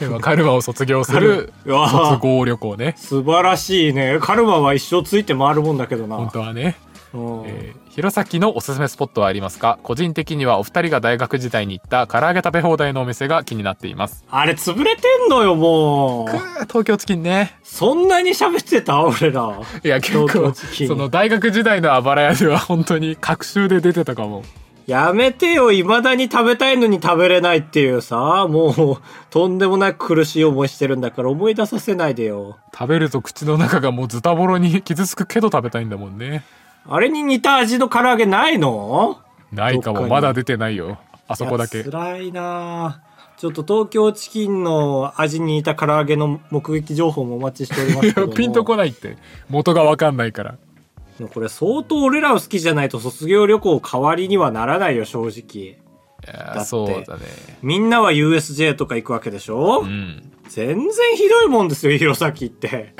今カルマを卒業する カルマうわー卒業旅行ね。素晴らしいねカルマは一生ついて回るもんだけどな本当はね。うんえー、弘前のおすすめスポットはありますか個人的にはお二人が大学時代に行った唐揚げ食べ放題のお店が気になっています。あれ潰れてんのよもう東京チキンね。そんなに喋ってた俺らいや結構、東京チキンその大学時代のあばら屋では本当に隔週で出てたかも。やめてよ未だに食べたいのに食べれないっていうさもうとんでもなく苦しい思いしてるんだから思い出させないでよ食べると口の中がもうズタボロに傷つくけど食べたいんだもんねあれに似た味の唐揚げないのないかどっかもにまだ出てないよあそこだいけや辛いなちょっと東京チキンの味に似た唐揚げの目撃情報もお待ちしておりますけども ピンとこないって元がわかんないからでもこれ相当俺らを好きじゃないと卒業旅行代わりにはならないよ正直いやだってーそうだねみんなは USJ とか行くわけでしょ、うん前全然ひどいもんですよ弘前って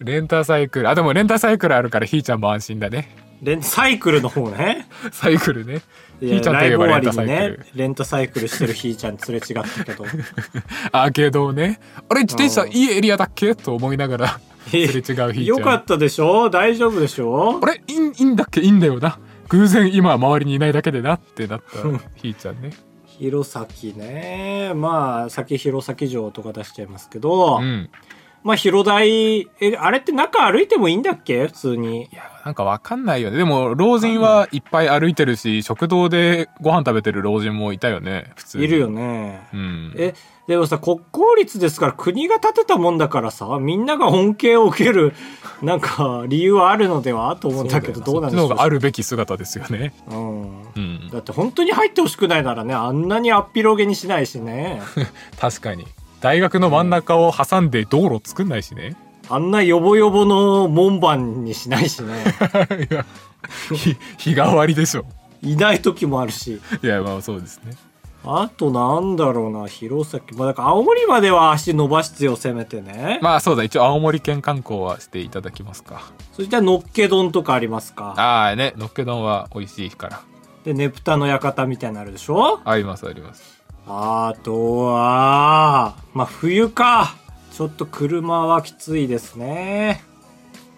レンタサイクルあでもレンタサイクルあるからひーちゃんも安心だねレンサイクルの方ねサイクルねひいやーちゃんとラいイえブばレン終タわりサイにクねル、レンタサイクルしてるひーちゃんすれ違ったけど。 アーケードをねあれ自転車うんいいエリアだっけと思いながらすれ違うひーちゃんよかったでしょ大丈夫でしょあれいいいいんだっけいいんだよな偶然今周りにいないだけでなってなったひーちゃんね。弘前ねまあ先弘前城とか出しちゃいますけど、うん。まあ広大えあれって中歩いてもいいんだっけ普通にいや、なんかわかんないよね。でも、老人はいっぱい歩いてるし、食堂でご飯食べてる老人もいたよね、普通にいるよ。ね、うん。えでもさ国公立ですから国が建てたもんだからさみんなが恩恵を受けるなんか理由はあるのではと思うんだけどどうなんでしそょっうちの方があるべき姿ですよね。うんうん。だって本当に入ってほしくないならねあんなにあっぴろげにしないし ね確かに。大学の真ん中を挟んで道路作んないしね。あんなヨボヨボの門番にしないしね いや、日、日替わりでしょ。いない時もあるしいや、まあそうですね。あとなんだろうな弘前まあだから青森までは足伸ばしてよせめてね、まあそうだ、一応青森県観光はしていただきますか。そしたらのっけ丼とかありますかああね、のっけ丼は美味しいから。でねぷたの館みたいになのあるでしょありますあります。あとは、まあ冬か。ちょっと車はきついですね。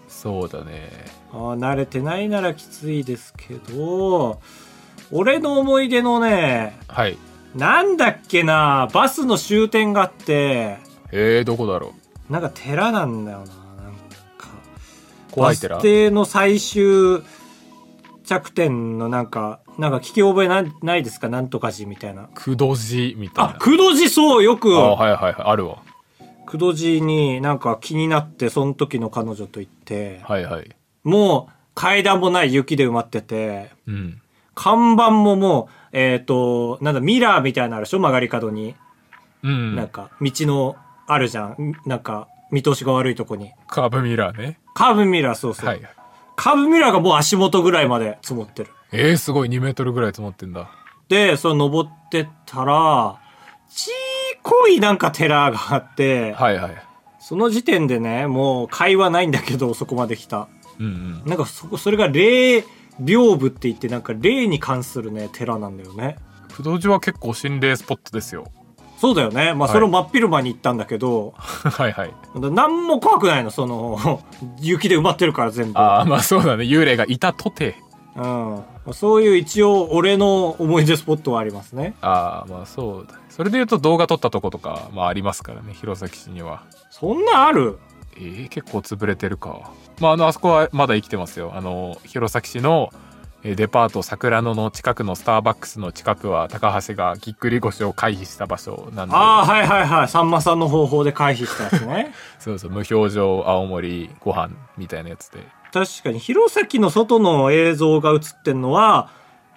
そうだね。あー慣れてないならきついですけど、俺の思い出のね、はい。なんだっけな、バスの終点があって、えー、どこだろう。なんか寺なんだよな、なんか。怖い寺バス停の最終着点のなんか、なんか聞き覚えなないですかなんとか寺みたいな。くどじみたいなあ、。くど寺そう、よく。あはいはいはい。あるわ。くどじになんか気になってその時の彼女と行って、はいはい。もう階段もない雪で埋まっててうん。看板ももうえっ、となんだミラーみたいなのあるでしょ曲がり角に、うん。なんか道のあるじゃんなんか見通しが悪いとこにカーブミラーね。カーブミラーそうそう、はい。カーブミラーがもう足元ぐらいまで積もってるえー、すごい。2メートルぐらい積もってんだ。でその登ってったらちっこいなんか寺があって、はいはい。その時点でねもう会話ないんだけどそこまで来たうんうん。なんかそこそれが霊屏風って言ってなんか霊に関するね寺なんだよねくどじは結構心霊スポットですよ。 そうだよねまあはいそれを真っ昼間に行ったんだけど、はいはい。なん何も怖くないのその 雪で埋まってるから全部ああ、まあそうだね。幽霊がいたとて。うん、そういう一応俺の思い出スポットはありますねああ、まあそうだね。それで言うと動画撮ったとことか、まあありますからね。弘前市には。そんなんあるえー、結構潰れてるか。まあ、あの、あそこはまだ生きてますよ。あの、弘前市のえーデパート桜野の近くのスターバックスの近くは高橋がぎっくり腰を回避した場所なんで、ああはいはいはいさんまさんの方法で回避したやつねそうそう、無表情青森ご飯みたいなやつで。確かに弘前の外の映像が映ってんのは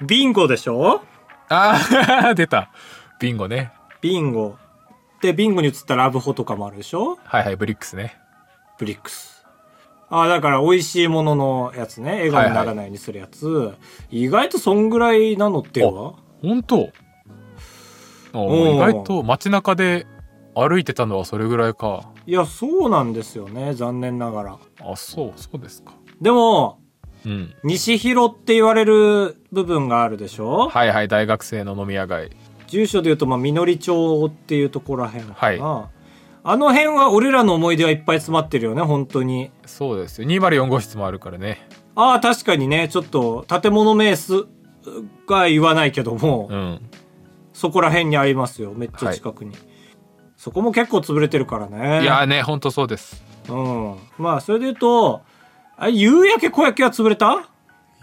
ビンゴでしょああ、 出た。ビンゴね。ビンゴでビンゴに映ったラブホとかもあるでしょはいはい、ブリックスね。ブリックス。ああ、だから美味しいもののやつね。笑顔にならないようにするやつ。意外とそんぐらいなのっては本当あーお意ー外と街中で歩いてたのはそれぐらいか。いや、そうなんですよね。残念ながら。あ、そう、そうですか。でも、うん。西広って言われる部分があるでしょ、はいはい、大学生の飲み屋街。住所で言うと、まあ、みのり町っていうところらへんかな。はあの辺は俺らの思い出はいっぱい詰まってるよね、本当に。そうですよ。204号室もあるからね。ああ、確かにね、ちょっと建物名数が言わないけども、うん。そこら辺にありますよ。めっちゃ近くに。そこも結構潰れてるからね。いやーね、ほんとそうです。うん。まあ、それで言うと、あれ夕焼け小焼けは潰れた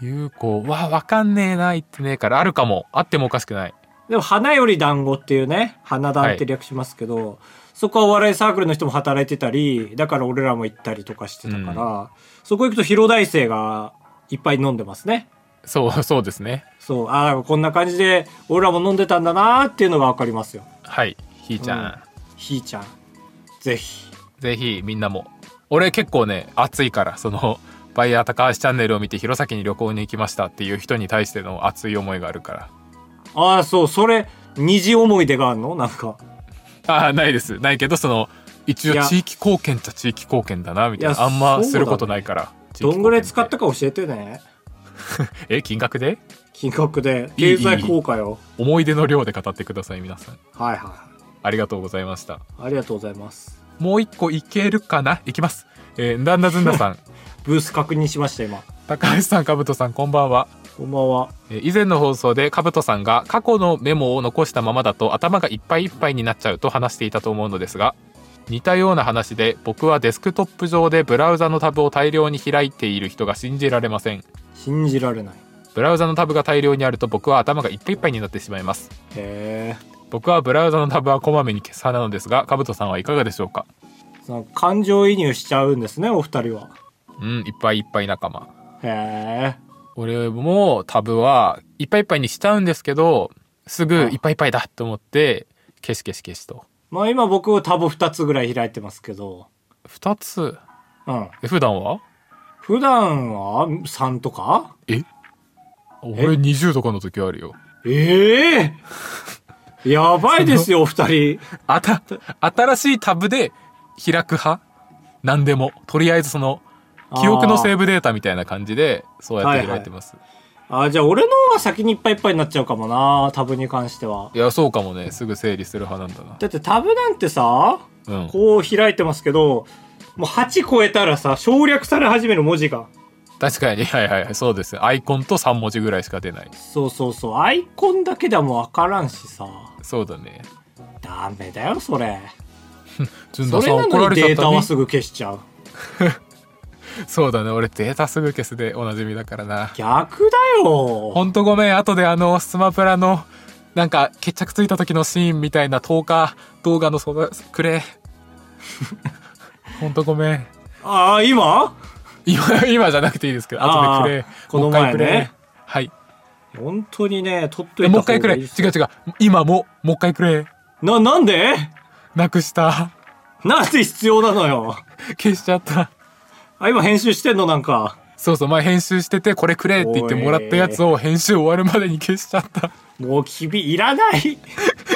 有効はわかんねえな、言ってねえから、あるかも。あってもおかしくない。でも、花より団子っていうね、花団って略しますけど、そこはお笑いサークルの人も働いてたり、だから俺らも行ったりとかしてたから、そこ行くと広大生がいっぱい飲んでますね。そう、そうですね。そう、ああ、だからこんな感じで俺らも飲んでたんだなーっていうのがわかりますよ。はい、ひーちゃん。ひーちゃん、ぜひ。ぜひ、みんなも。俺結構ね、熱いから、その、バイヤー高橋チャンネルを見て、弘前に旅行に行きましたっていう人に対しての熱い思いがあるから。ああ、そう、それ、虹思い出があるのなんか。ああ、ないです。ないけど、その、一い応や地域貢献っちゃ地域貢献だな、みたいいな。やあんまそうすだねることないから。地域どんぐらい使った貢か教えてね。献ってえ、金額で金額で。いい経済効果よ。思い出の量で語ってください、皆さん。はいはいはい。ありがとうございました。ありがとうございます。もう一個いけるかない きます。えー、だんだずんださん、ブース確認しました、今。高橋さん、かぶとさん、こんばんは。こんばんは。えー以前の放送でカブトさんが過去のメモを残したままだと頭がいっぱいいっぱいになっちゃうと話していたと思うのですが似たような話で僕はデスクトップ上でブラウザのタブを大量に開いている人が信じられません信じられない。ブラウザのタブが大量にあると僕は頭がいっぱいいっぱいになってしまいますへ僕はブラウザのタブはこまめに消す派なのですがカブトさんはいかがでしょうかえ。その感情移入しちゃうんですね、お二人は。うんいっぱいいっぱい仲間へえ。俺もタブはいっぱいいっぱいにしちゃうんですけどすぐいっぱいいっぱいだと思って消し消し消しとまあ今僕タブ2つぐらい開いてますけど、 2つうん。え普段は普段は3とかえ俺20とかの時あるよええやばいですよ、お二人。あた新しいタブで開く派何でもとりあえずその記憶のセーブデータみたいな感じでそうやって開いてます、いあ、じゃあ俺の方が先にいっぱいいっぱいになっちゃうかもな、タブに関しては。やそうかもねすぐ整理する派なんだだってタブなんてさ、なうんこう開いてますけど、もう8超えたらさ、省略され始める文字が。確かに はいはいはいそうですアイコンと3文字ぐらいしか出ないそうそうそう、アイコンだけではもうわからんしさ。そうだねダメだよ、それ。ずそれなのにデータはすぐ消しちゃう。そうだね俺データすぐ消すでおなじみだからな逆だよ。ほんとごめん後であのスマブラのなんか決着ついた時のシーンみたいな10日動画のそば くれほんとごめんああ、今今今じゃなくていいですけど後でくあれーこのもう一回前ねくれはい本当にね、取っとえいたもう方一回くがいいれ違うっす違う今ももう一回くれな、なんでなくしたなんで必要なのよ。消しちゃったあ、今編集してんのなんか。そうそう、前編集してて、これくれって言ってもらったやつを編集終わるまでに消しち ゃった。もう君いらない。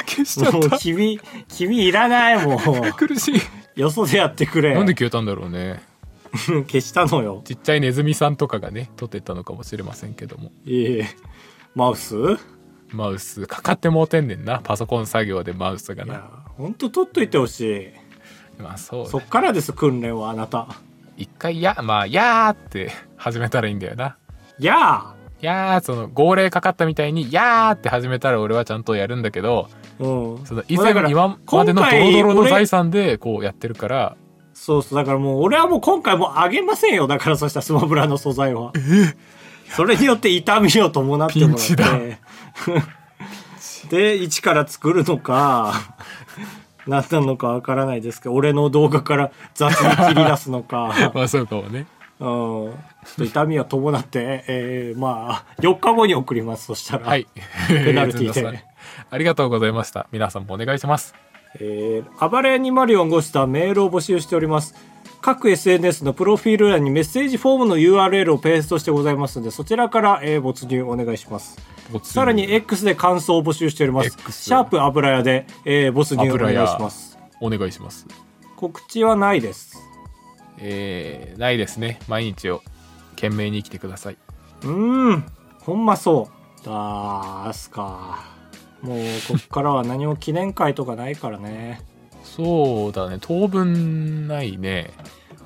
消しちゃもうっ た。君、君いらない、もう。苦しい。よそでやってくれ。 なんで消えたんだろうね。消したのよ。ちっちゃいネズミさんとかがね、撮ってたのかもしれませんけども。ええ。マウスいマウス、かかってもうてんねんな。パソコン作業でマウスがな。や、ほんと取っといてほしい。まあそう、そねっ。からです、訓練はあなた。一回、や、まあ、やーって始めたらいいんだよな。やあやー、その、号令かかったみたいに、やーって始めたら俺はちゃんとやるんだけど、うん。その、以だ前から今までの今ド回ロドロの俺財産で、こうやってるから、そうそう、だからもう俺はもう今回もうあげませんよ。だからそしたらスマブラの素材 は。それによって痛みを伴ってもらっピンチだて。 で、一から作るのか、何なのかわからないですけど、俺の動画から雑に切り出すの か、うんまあそうかもね。ちょっと痛みを伴って、えーまあ、4日後に送ります、そしたら。はい。ペナルティでずんださんありがとうございました。皆さんもお願いします。えー、暴れアニマリオン5したメールを募集しております各 SNS のプロフィール欄にメッセージフォームの URL をペーストしてございますのでそちらから、えー没入お願いしますさらに X で感想を募集しております X シャープ油屋で、えー没入お油願屋いしますお願いします。告知はないですえー、ないですね。毎日を懸命に生きてください。うーんほんまそうだーすかもうこっからは何も記念会とかないからねそうだね。当分ないね。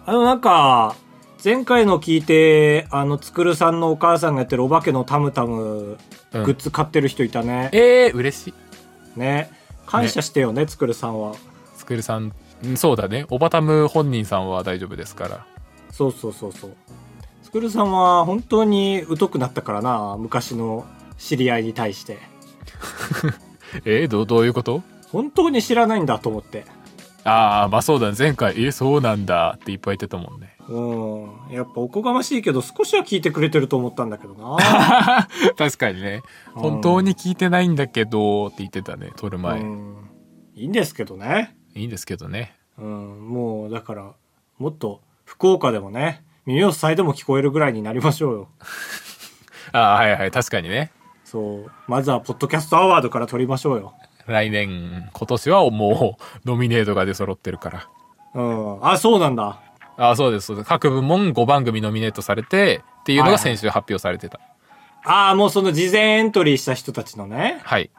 あのなんか前回の聞いてあのつくるさんのお母さんがやってるお化けのタムタムうんグッズ買ってる人いたね、えー、嬉しい。ね感謝してよねつくるさんはスクールさん、うんそうだね。オバタム本人さんは大丈夫ですから。そうそうそうそうつくるさんは本当に疎くなったからな昔の知り合いに対してえー、どどういうこと本当に知らないんだと思ってああ、まあそうだね。前回、えー、そうなんだっていっぱい言ってた もんね。うんやっぱおこがましいけど少しは聞いてくれてると思ったんだけどな、 確かにね。本当に聞いてないんだけどって言ってたね。撮る前。うんいいんですけどねいいんですけどね。うん、もうだからもっと福岡でもね耳を塞いでも聞こえるぐらいになりましょうよああ、はいはい、確かにね。そうまずはポッドキャストアワードから取りましょうよ来年、今年はもう、ノミネートが出揃ってるから。うんあそうなんだああ、そうです、そうです。各部門5番組ノミネートされて、っていうのはいはがい先週発表されてた。ああもうその事前エントリーした人たちのねはい。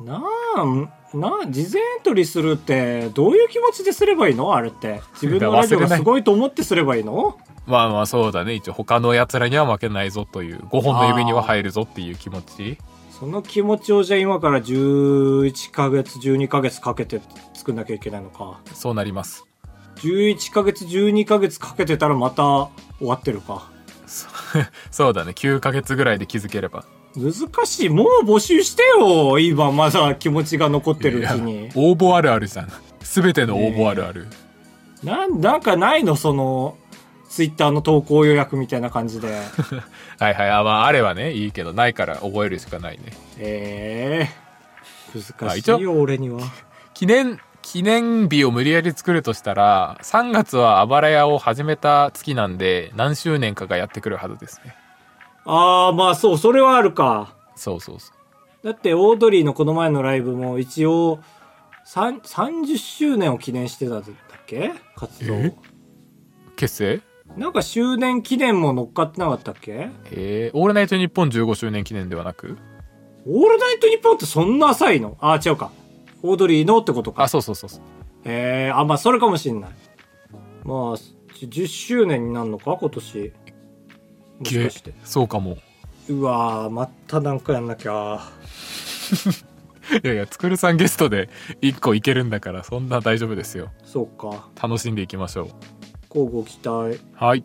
なんな事前エントリーするってどういう気持ちですればいいのあれって自分のラジオがすごいと思ってすればいいのまあまあそうだね一応他のやつらには負けないぞという5本の指には入るぞっていう気持ちその気持ちをじゃあ今から11ヶ月12ヶ月かけて作んなきゃいけないのかそうなります 11ヶ月12ヶ月かけてたらまた終わってるかそそうだね9ヶ月ぐらいで気づければ難しいもう募集してよ今まだ気持ちが残ってるうちいにや応募あるあるじゃん全ての応募あるある、なんなんかないのそのツイッターの投稿予約みたいな感じ ではいはいあまああれはねいいけどないから覚えるしかないねええあ難し一いよ応俺には記念記念日を無理やり作るとしたら3月はあばら屋を始めた月なんで何周年かがやってくるはずですねああまあそうそれはあるかそうそうそうだってオードリーのこの前のライブも一応さん30周年を記念してたんだっけ活動え結成なんか周年記念も乗っかってなかったっけえー、オールナイトニッポン15周年記念ではなくオールナイトニッポンってそんな浅いのああ違うかオードリーのってことかあそうそうそうそうえー、あまあそれかもしんないまあ10周年になるのか今年もしかしてげそうかもうわーまたなんかやんなきゃいやいやつくるさんゲストで1個いけるんだからそんな大丈夫ですよそうか楽しんでいきましょう交互期待はい